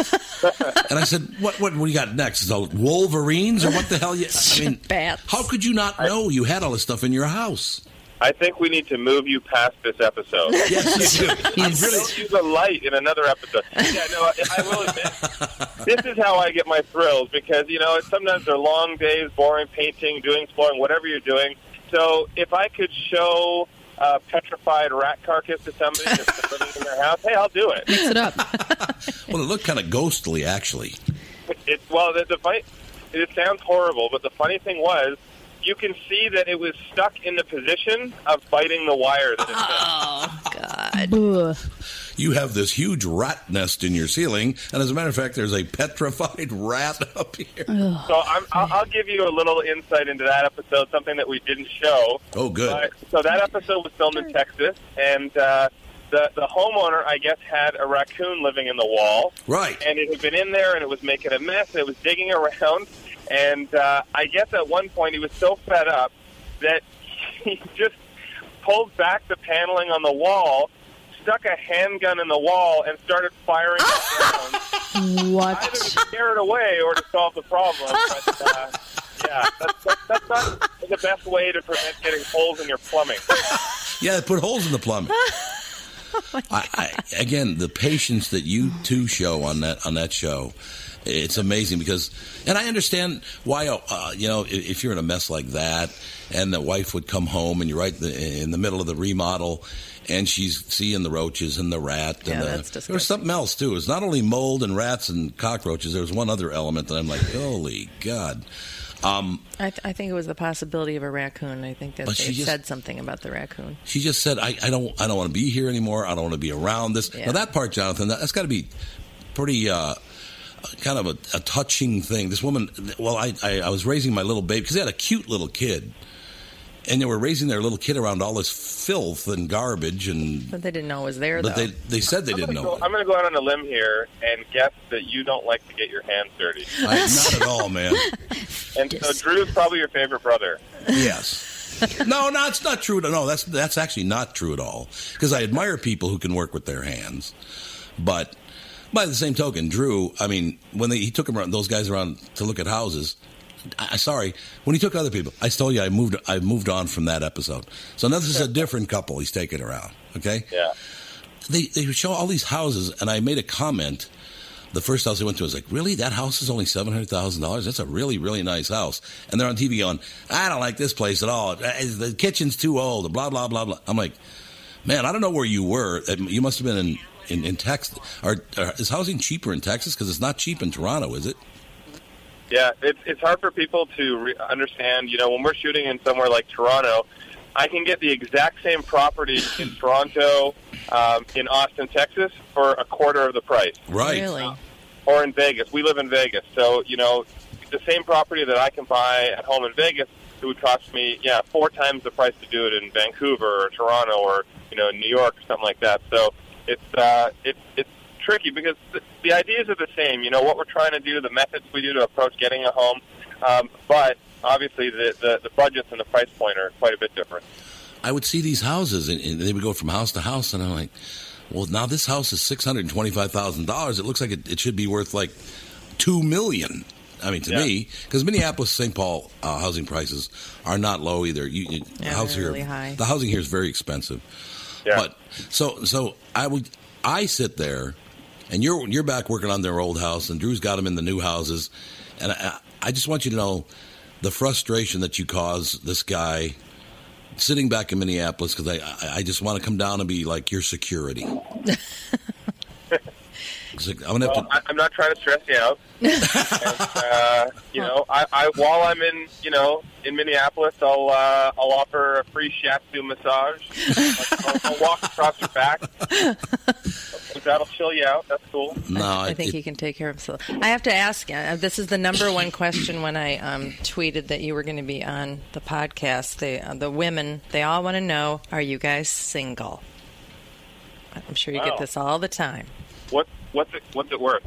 and I said, "What? What? What you got next? Is it Wolverines or what the hell? You, I mean, how could you not know you had all this stuff in your house?"
I think we need to move you past this episode.
*laughs* Yes,
*laughs*
you do.
I'm really you the light in another episode. Yeah, no, I, I will admit, this is how I get my thrills because you know sometimes they're long days, boring painting, doing exploring, whatever you're doing. So if I could show a petrified rat carcass to somebody that's living in their house, hey, I'll do it.
Mix it up.
Well, it looked kind of ghostly, actually.
It well, the, the fight. It sounds horrible, but the funny thing was, you can see that it was stuck in the position of biting the wire. That it oh
God. You have this huge rat nest in your ceiling, and as a matter of fact, there's a petrified *laughs* rat up here.
So I'm, I'll, I'll give you a little insight into that episode, something that we didn't show.
Oh, good.
Uh, so that episode was filmed in Texas, and uh, the the homeowner, I guess, had a raccoon living in the wall.
Right.
And it had been in there, and it was making a mess. And it was digging *laughs* around, and uh, I guess at one point he was so fed up that he *laughs* just pulled back the paneling on the wall, stuck a handgun in the wall, and started firing. at rounds
What?
either to scare it away or to solve the problem. But, uh, yeah, that's, that's, that's not the best way to prevent getting holes in your plumbing.
Yeah, they put holes in
*laughs*
the plumbing.
Oh
I, I, again, the patience that you two show on that on that show, it's amazing because, and I understand why uh, you know if, if you're in a mess like that, and the wife would come home and you're right the, in the middle of the remodel, and she's seeing the roaches and the rat and
Yeah,
the,
that's
there was something else too. It was not only mold and rats and cockroaches. There was one other element that I'm like, holy god. Um,
I, th- I think it was the possibility of a raccoon. I think that
But
they
she just-
said something about the raccoon.
She just said, I, I don't I don't want to be here anymore. I don't want to be around this.
Yeah.
Now, that part, Jonathan, that, that's got to be pretty. Uh, Kind of a, a touching thing. This woman, well, I, I, I was raising my little baby because they had a cute little kid, and they were raising their little kid around all this filth and garbage, and
But they didn't know it was there,
but
though.
they they
*laughs*
said they didn't know.
So I'm going to go out on a limb here and guess that you don't like to get your hands dirty.
I, not at all, man.
And so Drew's probably your favorite brother.
Yes. No, no, it's not true. at- No, that's that's actually not true at all. Because I admire people who can work with their hands, but by the same token, Drew. I mean, when they, he took him around, those guys around to look at houses. I, I- sorry, when he took other people, I told you I moved. I moved on from that episode. So now this is a different couple. He's taking around. Okay.
Yeah.
They they would show all these houses, and I made a comment. The first house I went to, I was like, "Really? That house is only seven hundred thousand dollars? That's a really, really nice house." And they're on TV going, "I don't like this place at all. Uh, The kitchen's too old." Blah blah blah blah. I'm like, "Man, I don't know where you were. Um, You must have been in in, in Texas. Or, or is housing cheaper in Texas? Because it's not cheap in Toronto, is it?
Yeah, it's it's hard for people to re- understand. You know, when we're shooting in somewhere like Toronto, I can get the exact same property in Toronto, um, in Austin, Texas, for a quarter of the price.
Right.
Really?
Or in Vegas. We live in Vegas, so you know, the same property that I can buy at home in Vegas, it would cost me yeah four times the price to do it in Vancouver or Toronto or you know New York or something like that. So it's uh, it's it's tricky because the, the ideas are the same. You know what we're trying to do, the methods we do to approach getting a home, um, but obviously the, the the budgets and the price point are quite a bit different.
I would see these houses, and, and they would go from house to house, and I'm like, "Well, now this house is six hundred twenty-five thousand dollars. It looks like it, it should be worth like two million. I mean, to me, 'cause me, because Minneapolis, St. Paul uh, housing prices are not low either. You, you, the
Yeah,
house
they're
here,
really high.
the housing here is very expensive. But so, so I would, I sit there, and you're you're back working on their old house, and Drew's got them in the new houses, and I, I just want you to know the frustration that you cause this guy sitting back in Minneapolis because I, I I just want to come down and be like your security. It's like, I'm gonna have
Well,
to.
I, I'm not trying to stress you out. and, uh, you know, I, I while I'm in, you know, in Minneapolis, I'll uh, I'll offer a free shiatsu massage. Like, I'll, I'll walk across your back. That'll chill you out. That's cool.
No,
I think he can take care of himself. I have to ask. Uh, this is the number one question when I um, tweeted that you were going to be on the podcast. They, uh, the women, they all want to know: Are you guys single? I'm sure you
Wow.
get this all the time.
What what's it what's it
*laughs*
worth?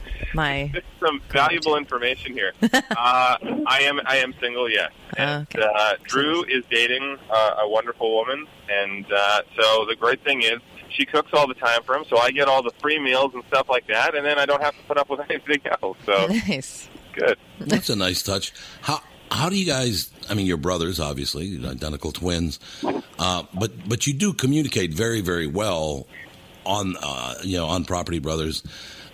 *laughs*
My
Some valuable information here. Uh, I am I am single. Yes.
uh,
And, uh, Drew is dating uh, a wonderful woman, and uh, so the great thing is she cooks all the time for him, so I get all the free meals and stuff like that, and then I don't have to put up with *laughs* anything else. Oh, So
nice.
good.
That's a nice touch. How how do you guys? I mean, you're brothers, obviously, you're identical twins, uh, but but you do communicate very very well on uh, you know on Property Brothers.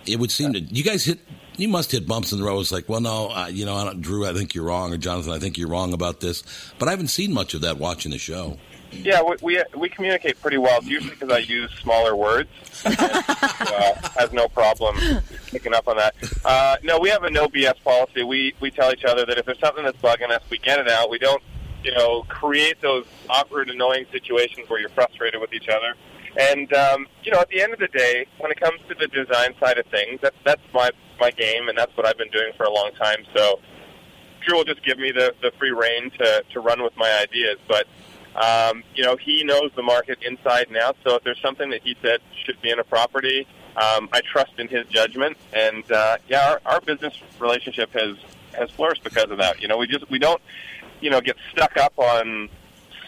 It would seem that you guys hit. You must hit bumps in the road. It's like, well, no, uh, you know, I don't, Drew, I think you're wrong, or Jonathan, I think you're wrong about this. But I haven't seen much of that watching the show.
Yeah, we, we we communicate pretty well, It's usually because I use smaller words. And, uh, I have no problem picking up on that. Uh, no, we have a no BS policy. We we tell each other that if there's something that's bugging us, we get it out. We don't, you know, create those awkward, annoying situations where you're frustrated with each other. And um, you know, at the end of the day, when it comes to the design side of things, that's that's my my game, and that's what I've been doing for a long time. So Drew will just give me the, the free reign to, to run with my ideas. But, um, you know, he knows the market inside and out. So if there's something that he said should be in a property, um, I trust in his judgment. And, uh, yeah, our, our business relationship has, has flourished because of that. You know, we just, we don't, you know, get stuck up on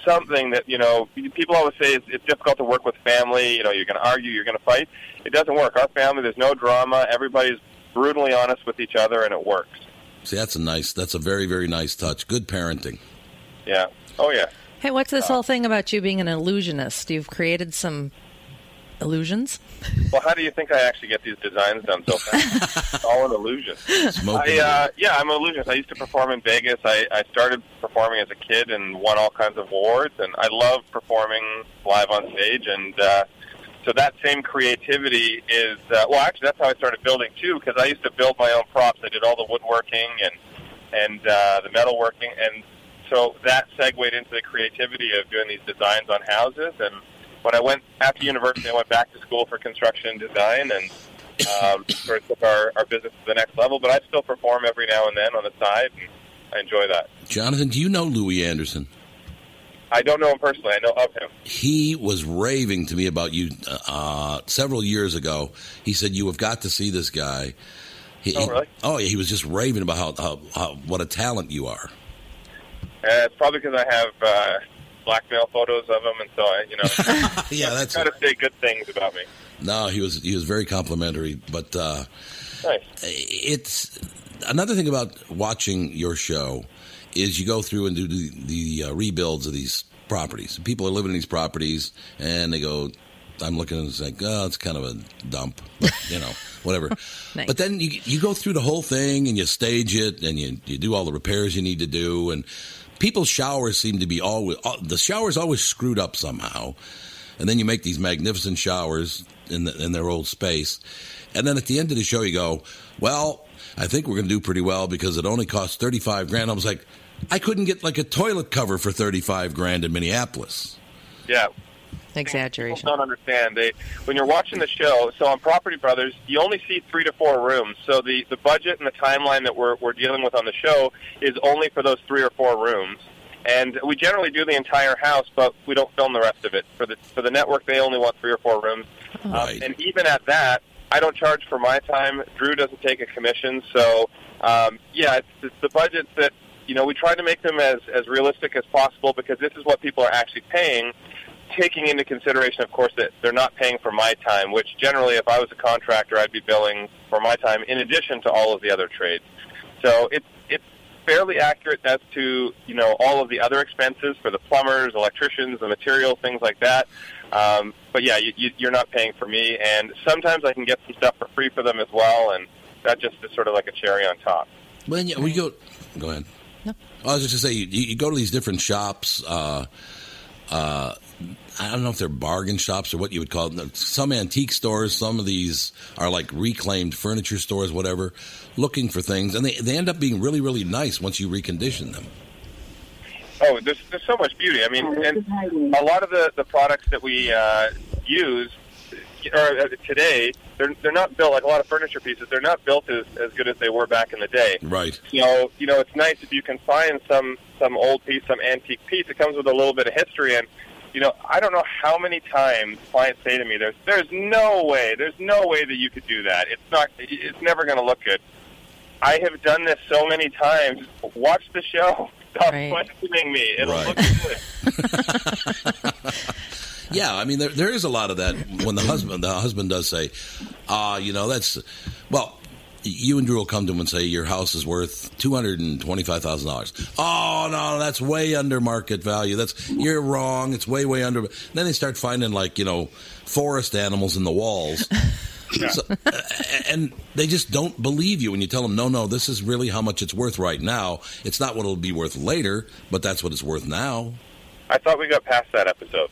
something that, you know, people always say it's, it's difficult to work with family. You know, you're going to argue, you're going to fight. It doesn't work. Our family, there's no drama. Everybody's brutally honest with each other and it works.
See, that's a nice. That's a very very nice touch. Good parenting.
Yeah. Oh yeah.
Hey, what's this whole thing about you being an illusionist? You've created some illusions.
Well, how do you think I actually get these designs done so fast? It's all an illusion.
Smoking
I, uh, yeah, I'm an illusionist. I used to perform in Vegas. I, I started performing as a kid and won all kinds of awards, and I love performing live on stage. And uh, so that same creativity is uh, well, actually, that's how I started building too, because I used to build my own props. I did all the woodworking and and uh, the metalworking, and so that segued into the creativity of doing these designs on houses. And when I went after university, I went back to school for construction and design, and um, sort of took our, our business to the next level. But I still perform every now and then on the side. And I enjoy that.
Jonathan, do you know Louis Anderson?
I don't know him personally. I know of him.
He was raving to me about you uh, several years ago. He said you have got to see this guy. He,
Oh, really?
he- oh, yeah. He was just raving about how, how, how what a talent you are.
Uh, it's probably because I have uh, blackmail photos of him, and so I, you know,
*laughs* yeah, that's
try to say good things about me.
No, he was he was very complimentary, but uh, it's another thing about watching your show is you go through and do the, the uh, rebuilds of these properties. People are living in these properties, and they go. I'm looking and it's like, oh, it's kind of a dump, you know, whatever.
Nice.
But then you you go through the whole thing and you stage it and you you do all the repairs you need to do and people's showers seem to be always all, the showers always screwed up somehow and then you make these magnificent showers in, the, in their old space. And then at the end of the show, you go, "Well, I think we're going to do pretty well because it only cost thirty-five grand." I was like, "I couldn't get like a toilet cover for thirty-five grand in Minneapolis."
Yeah,
Exaggeration.
people don't understand. They when you're watching the show, so on Property Brothers, you only see three to four rooms. So the the budget and the timeline that we're we're dealing with on the show is only for those three or four rooms. And we generally do the entire house, but we don't film the rest of it for the for the network. They only want three or four rooms, Um,
Right.
and even at that, I don't charge for my time. Drew doesn't take a commission, so um, yeah, it's, it's the budgets that you know we try to make them as as realistic as possible because this is what people are actually paying. Taking into consideration, of course, that they're not paying for my time, which generally, if I was a contractor, I'd be billing for my time in addition to all of the other trades. So it's it's fairly accurate as to you know all of the other expenses for the plumbers, electricians, the material, things like that. Um, but yeah, you, you, you're not paying for me, and sometimes I can get some stuff for free for them as well, and that just is sort of like a cherry on top.
Well, then you, we go. Go ahead. I was just gonna say you, you go to these different shops. Uh, uh, I don't know if they're bargain shops or what you would call them. Some antique stores. Some of these are like reclaimed furniture stores, whatever. Looking for things, and they they end up being really really nice once you recondition them.
Oh, there's, there's so much beauty. I mean, and a lot of the, the products that we uh, use or, uh, today, they're, they're not built like a lot of furniture pieces. They're not built as, as good as they were back in the day.
Right.
You know, you know, it's nice if you can find some some old piece, some antique piece. It comes with a little bit of history, and you know, I don't know how many times clients say to me, "There's there's no way, there's no way that you could do that. It's not, it's never going to look good." I have done this so many times. Watch the show. *laughs* Stop questioning me. It'll look good.
Yeah, I mean there there is a lot of that when the husband the husband does say, ah, you know that's well, you and Drew will come to him and say your house is worth two hundred and twenty five thousand dollars. Oh no, that's way under market value. That's you're wrong. It's way way under. Then they start finding like you know forest animals in the walls. So, uh, and they just don't believe you when you tell them, no, no, this is really how much it's worth right now. It's not what it'll be worth later, but that's what it's worth now.
I thought we got past that episode.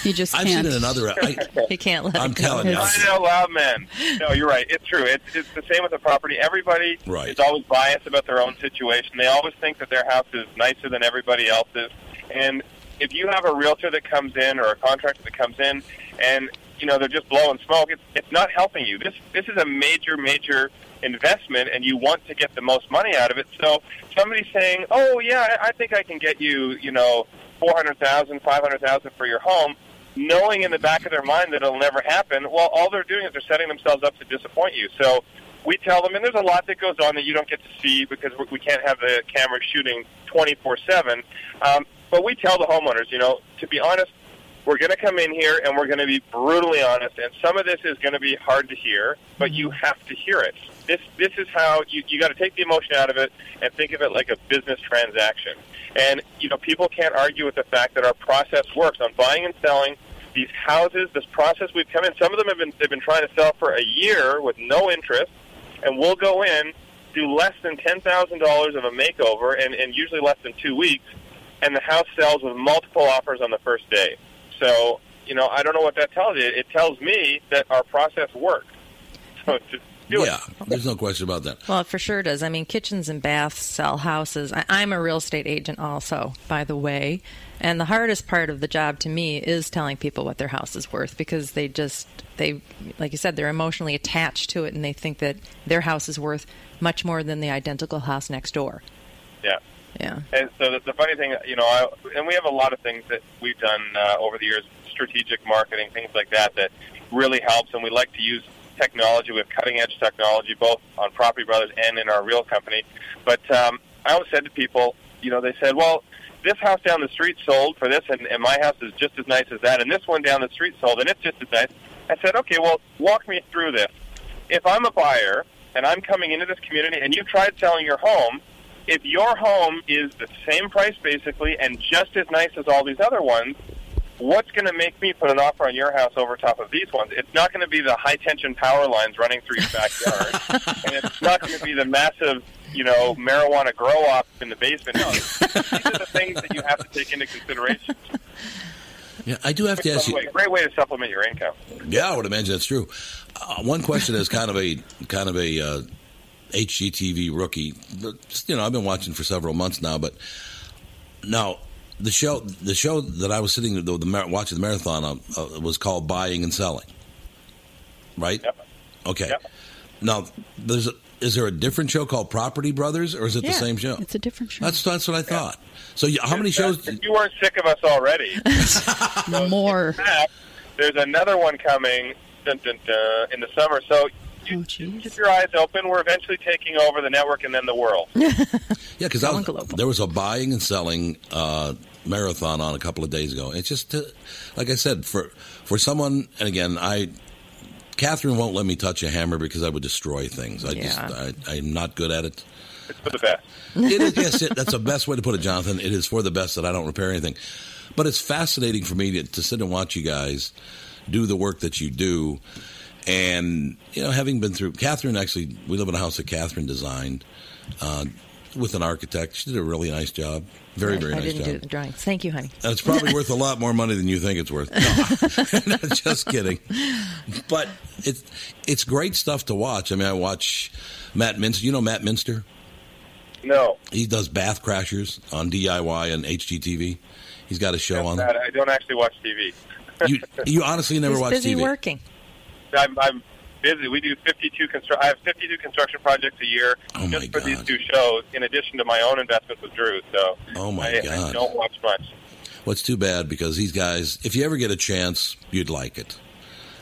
*laughs* you just
Oh, I've
can't.
seen it another. I,
*laughs* you can't let
I'm
it go.
telling you.
I know, loud man. No, you're right. It's true. It's, it's the same with the property. Everybody
Right.
is always biased about their own situation. They always think that their house is nicer than everybody else's. And if you have a realtor that comes in or a contractor that comes in, and you know they're just blowing smoke, it's, it's not helping you. This this is a major, major investment, and you want to get the most money out of it. So somebody's saying, "Oh yeah, I I think I can get you, you know, four hundred thousand, five hundred thousand for your home." knowing in the back of their mind that it'll never happen, well, all they're doing is they're setting themselves up to disappoint you. So we tell them, and there's a lot that goes on that you don't get to see because we- we can't have the camera shooting 24 7. Um, but we tell the homeowners, you know, to be honest, we're going to come in here and we're going to be brutally honest, and some of this is going to be hard to hear, but you have to hear it. This this is how you you got to take the emotion out of it and think of it like a business transaction. And you know, people can't argue with the fact that our process works on buying and selling these houses. This process we've come in. Some of them have been they've been trying to sell for a year with no interest, and we'll go in do less than ten thousand dollars of a makeover, and, and usually less than two weeks, and the house sells with multiple offers on the first day. So, you know, I don't know what that tells you. It tells me that our process worked. *laughs* So just do
yeah, Uh, there's no question about that.
Well, it for sure does. I mean, kitchens and baths sell houses. I, I'm a real estate agent, also, by the way. And the hardest part of the job to me is telling people what their house is worth because they just, they, like you said, they're emotionally attached to it and they think that their house is worth much more than the identical house next door.
it. Yeah.
Yeah.
And so the, the funny thing, you know, I, and we have a lot of things that we've done uh, over the years, strategic marketing, things like that, that really helps. And we like to use technology. We have cutting edge technology, both on Property Brothers and in our real company. But um, I always said to people, you know, they said, well, this house down the street sold for this, and, and my house is just as nice as that, and this one down the street sold, and it's just as nice. I said, okay, well, walk me through this. If I'm a buyer and I'm coming into this community and you tried selling your home, if your home is the same price basically and just as nice as all these other ones, what's going to make me put an offer on your house over top of these ones? It's not going to be the high tension power lines running through your
*laughs*
backyard, and it's not going to be the massive, you know, marijuana grow up in the basement. No, these are the things that you have to take into consideration.
Yeah, I do have to ask you.
It's a great way to supplement your income.
Yeah, I would imagine that's true. Uh, one question is kind of a kind of a uh, HGTV rookie. But, You know, I've been watching for several months now, but now the show the show that I was sitting the, the mar- watching the marathon uh, uh, was called Buying and Selling, right? Okay. Now, there's a, is there a different show called Property Brothers, or is it the
Yeah,
same show?
It's a different show.
That's that's what I thought. So, you, how many shows?
If you weren't sick of us already,
*laughs*
more.
fact, there's another one coming dun, dun, dun, in the summer. So
you
keep your eyes open. We're eventually taking over the network and then the world.
Yeah, because there was a buying and selling uh, marathon on a couple of days ago. It's just uh, like I said for for someone, and again, I Catherine won't let me touch a hammer because I would destroy things. I just
Yeah.
I, I'm not good at it.
It's for the best.
It is, yes, it, that's the best way to put it, Jonathan. It is for the best that I don't repair anything. But it's fascinating for me to, to sit and watch you guys do the work that you do. And, you know, having been through, Catherine actually, we live in a house that Catherine designed uh, with an architect. She did a really nice job. Very, very
I
nice
didn't
job.
do the drawings. Thank you, honey.
And
*laughs*
it's probably worth a lot more money than you think it's worth. *laughs* No, just kidding. But it's it's great stuff to watch. I mean, I watch Matt Minster. You know Matt Minster?
No,
He does Bath Crashers on DIY and HGTV. He's got a show on.
Matt, I don't actually watch TV.
You you honestly never watch TV.
working.
I'm, I'm busy. We do 52 constru- I have 52 construction projects a year
Oh
just for these two shows, in addition to my own investment with Drew. So
Oh, my
I, I
God.
don't watch much.
Well, it's too bad because these guys, if you ever get a chance, you'd like it.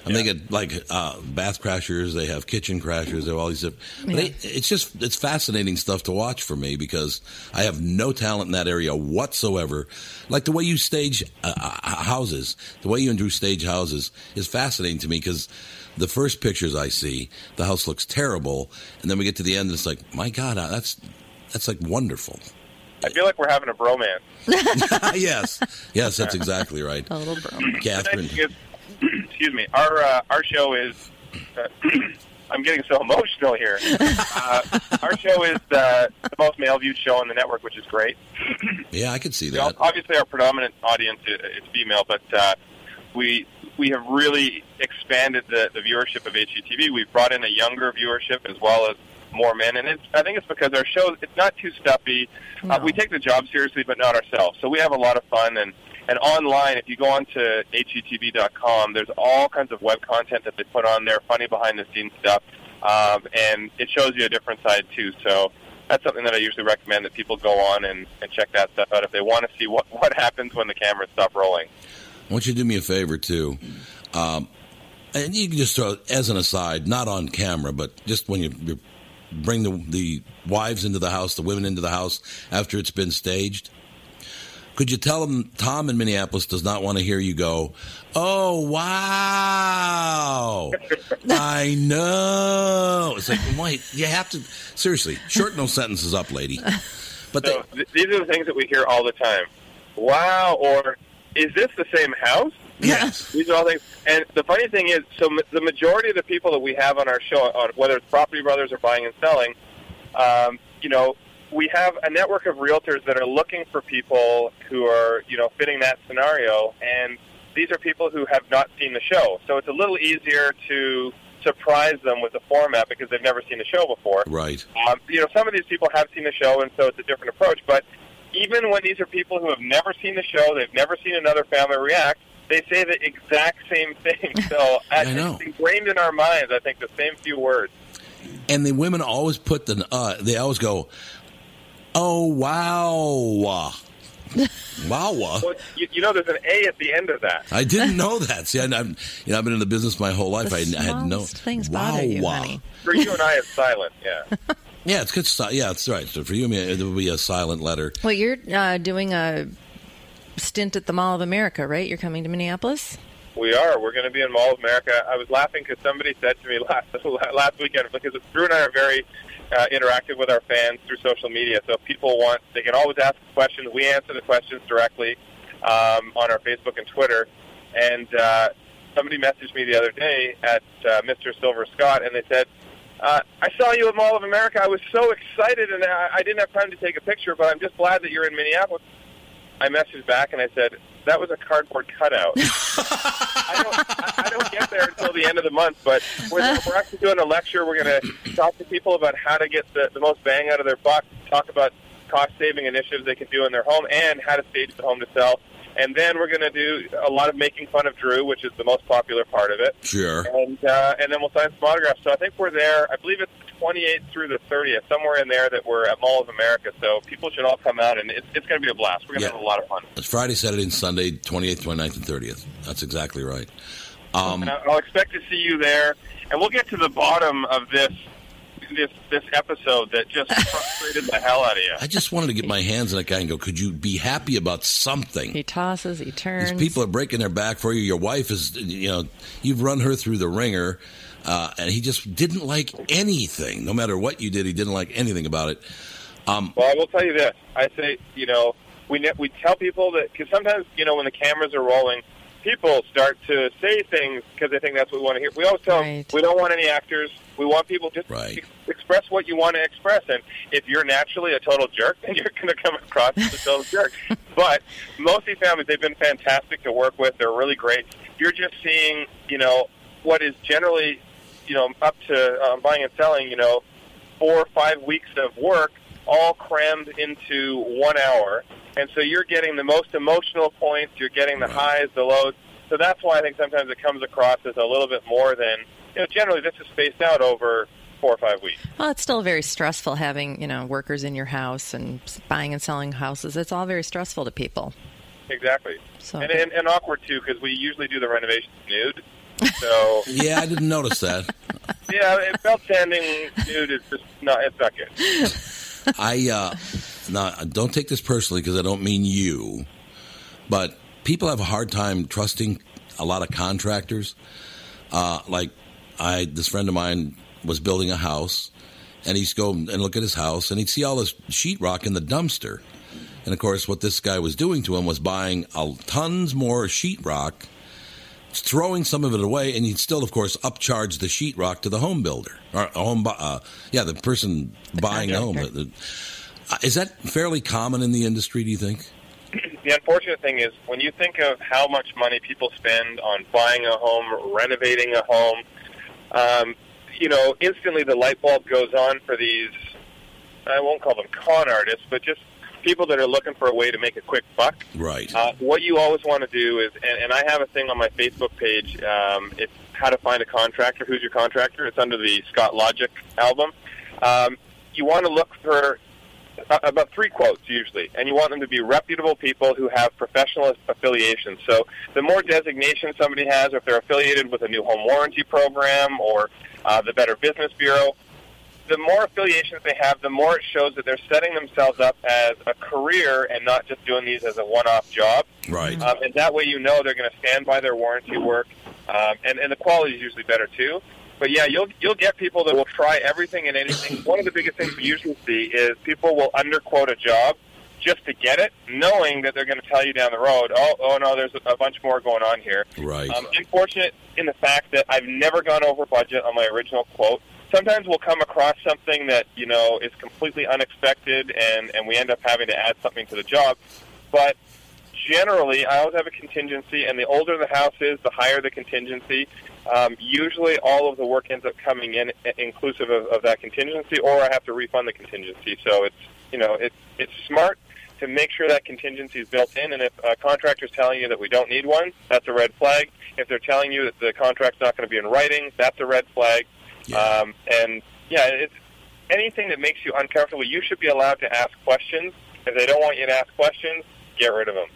And they get like uh, bath crashers. They have kitchen crashers. They have all these. Different, but
Yeah.
they- it's just it's fascinating stuff to watch for me because I have no talent in that area whatsoever. Like the way you stage uh, uh, houses, the way you and Drew stage houses is fascinating to me because the first pictures I see, the house looks terrible, and then we get to the end, and it's like, my God, uh, that's that's like wonderful.
I feel like we're having a bromance.
*laughs* yes,
*laughs*
yes, that's exactly right.
A little
*clears throat*
Catherine.
excuse me. Our uh, *clears throat* our show is uh, I'm getting so emotional here. uh, our show is uh, the most male viewed show on the network, which is great.
Yeah, I could see
You know,
that.
obviously, our predominant audience i- is female, but uh, we we have really expanded the, the viewership of HGTV. We've brought in a younger viewership as well as more men, and it's, I think it's because our show it's not too stuffy. Uh, we take the job seriously, but not ourselves. So we have a lot of fun and. And online, if you go on to hgtv.com, there's all kinds of web content that they put on there, funny behind the scenes stuff, um, and it shows you a different side too. So that's something that I usually recommend that people go on and, and check that stuff out if they want to see what, what happens when the cameras stop rolling.
Why don't you do me a favor too? Um, and you can just throw, as an aside, not on camera, but just when you, you bring the the wives into the house, the women into the house after it's been staged. Could you tell them Tom in Minneapolis does not want to hear you go? Oh wow! I know. It's like wait, you have to seriously shorten those sentences up, lady. But
so th- these are the things that we hear all the time. Wow, or is this the same house?
Yes.
These are all things. And the funny thing is, so ma- the majority of the people that we have on our show, on, whether it's Property Brothers or Buying and Selling, um, you know, we have a network of realtors that are looking for people who are, you know, fitting that scenario. And these are people who have not seen the show. So it's a little easier to surprise them with the format because they've never seen the show before.
Right.
Um, you know, some of these people have seen the show, and so it's a different approach. But even when these are people who have never seen the show, they've never seen another family react, they say the exact same
*laughs*
thing. So I
know.
it's ingrained in our minds, I think, the same few words.
and the women always put the uh, they always go,
*laughs*
"Oh wow, wow."
Well, you, you know, there's an A at the end of that.
I didn't know that. See, I, I've, you know, I've been in the business my whole life. I, I had no
smallest things
wow,
bother you,
wow.
honey. For you and I, it's silent, yeah.
*laughs* Yeah, it's good. si- Yeah, that's right. So for you, I mean, it would be a silent letter.
Well, you're uh, doing a stint at the Mall of America, right? You're coming to Minneapolis.
We are. We're going to be in Mall of America. I was laughing because somebody said to me *laughs* last last weekend because Drew and I are very uh, interactive with our fans through social media. So if people want, they can always ask questions. We answer the questions directly um, on our Facebook and Twitter. And uh, somebody messaged me the other day at uh, Mr. Silver Scott, and they said, uh, "I saw you at Mall of America. I was so excited, and I, I didn't have time to take a picture, but I'm just glad that you're in Minneapolis." I messaged back and I said, "That was a cardboard cutout." don't get there until the end of the month, but we're, we're actually doing a lecture. We're going to talk to people about how to get the, the most bang out of their buck, talk about cost saving initiatives they can do in their home, and how to stage the home to sell. And then we're going to do a lot of making fun of Drew, which is the most popular part of it.
Sure.
And, uh, and then we'll sign some autographs. So I think we're there. I believe it's the 28th through the 30th, somewhere in there that we're at Mall of America. So people should all come out, and it's, it's going to be a blast. We're going to
Yeah.
have a lot of fun.
It's Friday, Saturday, and Sunday, 28th, 29th, and 30th. That's exactly right. Um,
and I- I'll expect to see you there. And we'll get to the bottom of this this this episode that just *laughs* frustrated the hell out of you.
I just wanted to get my hands on that guy and go, could you be happy about something?
He tosses, he turns.
These people are breaking their back for you. Your wife is, you know, you've run her through the ringer. Uh, and he just didn't like anything. No matter what you did, he didn't like anything about it. Um,
Well, I will tell you this. I say, you know, we ne- we tell people that because sometimes, you know, when the cameras are rolling, people start to say things because they think that's what we want to hear. We always tell them we don't want any actors. We want people just ex- express what you want to express. And if you're naturally a total jerk, *laughs* then you're going to come across as a total jerk. But mostly families, they've been fantastic to work with. They're really great. You're just seeing, you know, what is generally, you know, up to um, buying and selling, you know, four or five weeks of work all crammed into one hour. And so you're getting the most emotional points, you're getting the highs, the lows. So that's why I think sometimes it comes across as a little bit more than, you know, generally this is spaced out over four or five weeks.
Well, it's still very stressful having you know workers in your house and buying and selling houses. It's all very stressful to people.
Exactly.
So-
And, and, and awkward, too, because we usually do the renovations nude. So,
yeah, I didn't
*laughs*
notice that.
yeah, it felt standing nude is just not, it's not good.
I uh, now don't take this personally because I don't mean you, but people have a hard time trusting a lot of contractors. Uh, like I, this friend of mine was building a house, and he'd go and look at his house, and he'd see all this sheetrock in the dumpster. And of course, what this guy was doing to him was buying a, tons more sheetrock throwing some of it away, and you'd still, of course, upcharge the sheetrock to the home builder or a home, bu- uh, yeah, the person buying the home.
contractor.
Uh, Is that fairly common in the industry? Do you think?
the unfortunate thing is when you think of how much money people spend on buying a home, renovating a home, um, you know, instantly the light bulb goes on for these. I won't call them con artists, but just people that are looking for a way to make a quick buck.
Right.
Uh, what you always want to do is, and, and I have a thing on my Facebook page. Um, it's how to find a contractor. Who's your contractor? It's under the Scott Logic album. Um, you want to look for uh, about three quotes usually, and you want them to be reputable people who have professional affiliations. So the more designation somebody has, or if they're affiliated with a new home warranty program or uh, the Better Business Bureau, the more affiliations they have, the more it shows that they're setting themselves up as a career and not just doing these as a one-off job.
Right.
Um, and that way, you know they're going to stand by their warranty work, um, and, and the quality is usually better too. But yeah, you'll you'll get people that will try everything and
*coughs*
anything. One of the biggest things we usually see is people will underquote a job just to get it, knowing that they're going to tell you down the road, oh, oh no, there's a bunch more going on here.
Right.
Um, I'm fortunate in the fact that I've never gone over budget on my original quote. Sometimes we'll come across something that you know is completely unexpected, and and we end up having to add something to the job. But generally, I always have a contingency, and the older the house is, the higher the contingency. Um, usually, all of the work ends up coming in i- inclusive of, of that contingency, or I have to refund the contingency. So it's you know it's it's smart to make sure that contingency is built in. And if a contractor's telling you that we don't need one, that's a red flag. If they're telling you that the contract's not going to be in writing, that's a red flag. Um, and yeah, it's anything that makes you uncomfortable. You should be allowed to ask questions. If they don't want you to ask questions, get rid of them.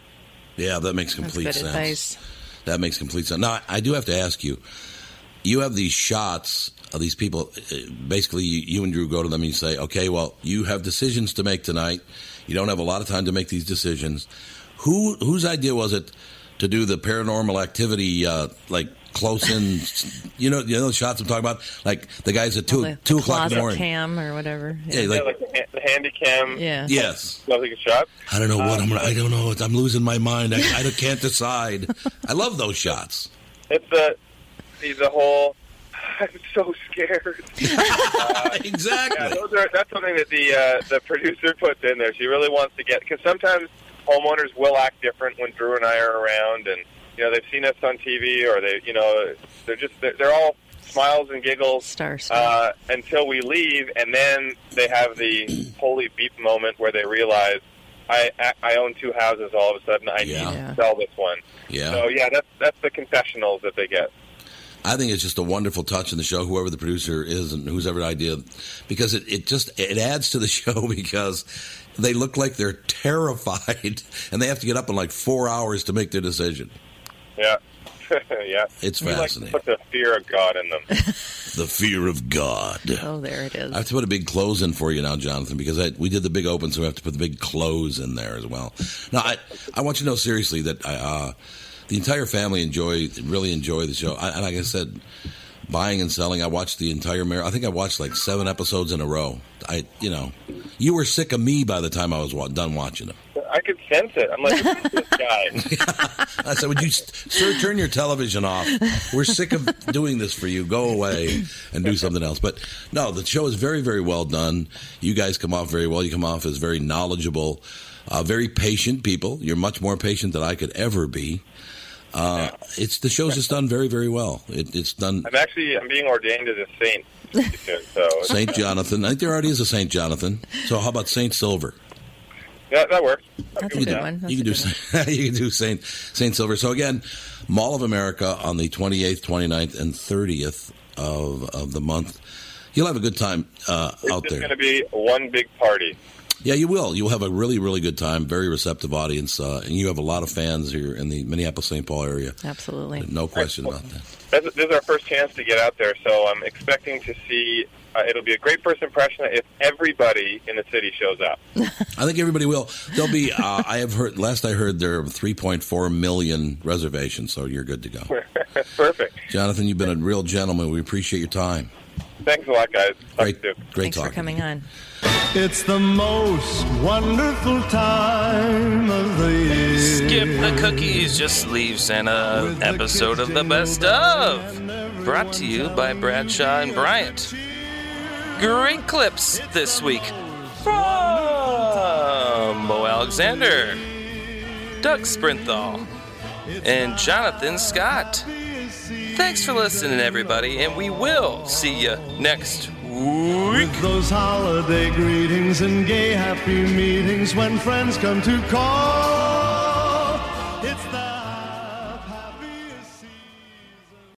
Yeah, that makes complete
good
sense.
advice.
That makes complete sense. Now, I do have to ask you. You have these shots of these people. uh, Basically, you, you and Drew go to them and you say, "Okay, well, you have decisions to make tonight. You don't have a lot of time to make these decisions." Who whose idea was it to do the paranormal activity uh, like close in? you know, you know the shots I'm talking about, like the guys at two two o'clock in the
Oh, Closet
morning.
cam or whatever.
Yeah, like-
the, ha- the handy cam.
Yeah.
Yes.
Lovely shot.
I don't know what I'm. gonna- I don't know. I'm losing my mind. I, I can't decide. I love those shots.
It's the the, the whole. *laughs* I'm so scared. Uh,
exactly.
Yeah, those are, that's something that the uh, the producer puts in there. She really wants to get because sometimes homeowners will act different when Drew and I are around, and you know they've seen us on TV or they you know they're just they're, they're all smiles and giggles uh, until we leave, and then they have the holy beep moment where they realize. I, I- I own two houses all of a sudden. I need to sell this one.
Yeah.
So yeah, that's that's the confessionals that they get.
I think it's just a wonderful touch in the show, whoever the producer is and who's ever idea, because it, it just it adds to the *laughs* show because they look like they're terrified *laughs* and they have to get up in like four hours to make their decision.
Yeah. *laughs* yeah.
It's
We
fascinating.
Like to put the fear of God
*laughs*
in them.
The fear of God.
Oh, there it is.
I have to put a big close in for you now, Jonathan, because I, we did the big open, so we have to put the big close in there as well. Now, I, I want you to know seriously that I, uh, the entire family enjoy really enjoy the show. I, and like I said, buying and selling, I watched the entire mirror. I think I watched like seven episodes in a row. I, you know, you were sick of me by the time I was wa- done watching them.
I could sense it. I'm like,
*laughs*
"Who's this guy.
I said, "Would you, sir, turn your television off? We're sick of doing this for you. Go away and do something else." But no, the show is very, very well done. You guys come off very well. You come off as very knowledgeable, uh, very patient people. You're much more patient than I could ever be. Uh, it's the show's just done very, very well. It, it's done.
I'm actually I'm being ordained as a saint. pretty soon, So
Saint Jonathan. I think there already is a Saint Jonathan. So how about Saint Silver?
Yeah, that works.
That's
you can do- You can do Saint- *laughs* you can do Saint Saint Silver. So again, Mall of America on the 28th, 29th, and 30th of of the month. You'll have a good time uh, out
It's
there.
going to be one big party.
Yeah, you will. You'll have a really, really good time. Very receptive audience, uh, and you have a lot of fans here in the Minneapolis-St. Paul area.
Absolutely,
no question about that.
That's, this is our first chance to get out there, so I'm expecting to see. Uh, it'll be a great first impression if everybody in the city shows up.
I think everybody will. There'll be. Uh, I have heard. Last I heard, there are 3.4 million reservations. So you're good to go.
*laughs* Perfect.
Jonathan, you've been a real gentleman. We appreciate your time.
Thanks a lot, guys.
Great, great
Thanks
talking.
for coming on.
It's the most wonderful time of the year.
Skip the cookies, just leave Santa. Episode of the best of, brought to you by Bradshaw and Bryant. Great clips this week from Mo Alexander, Doug Sprinthal, and Jonathan Scott. Thanks for listening, everybody, and we will see you next
With those holiday greetings and gay happy meetings when friends come to call.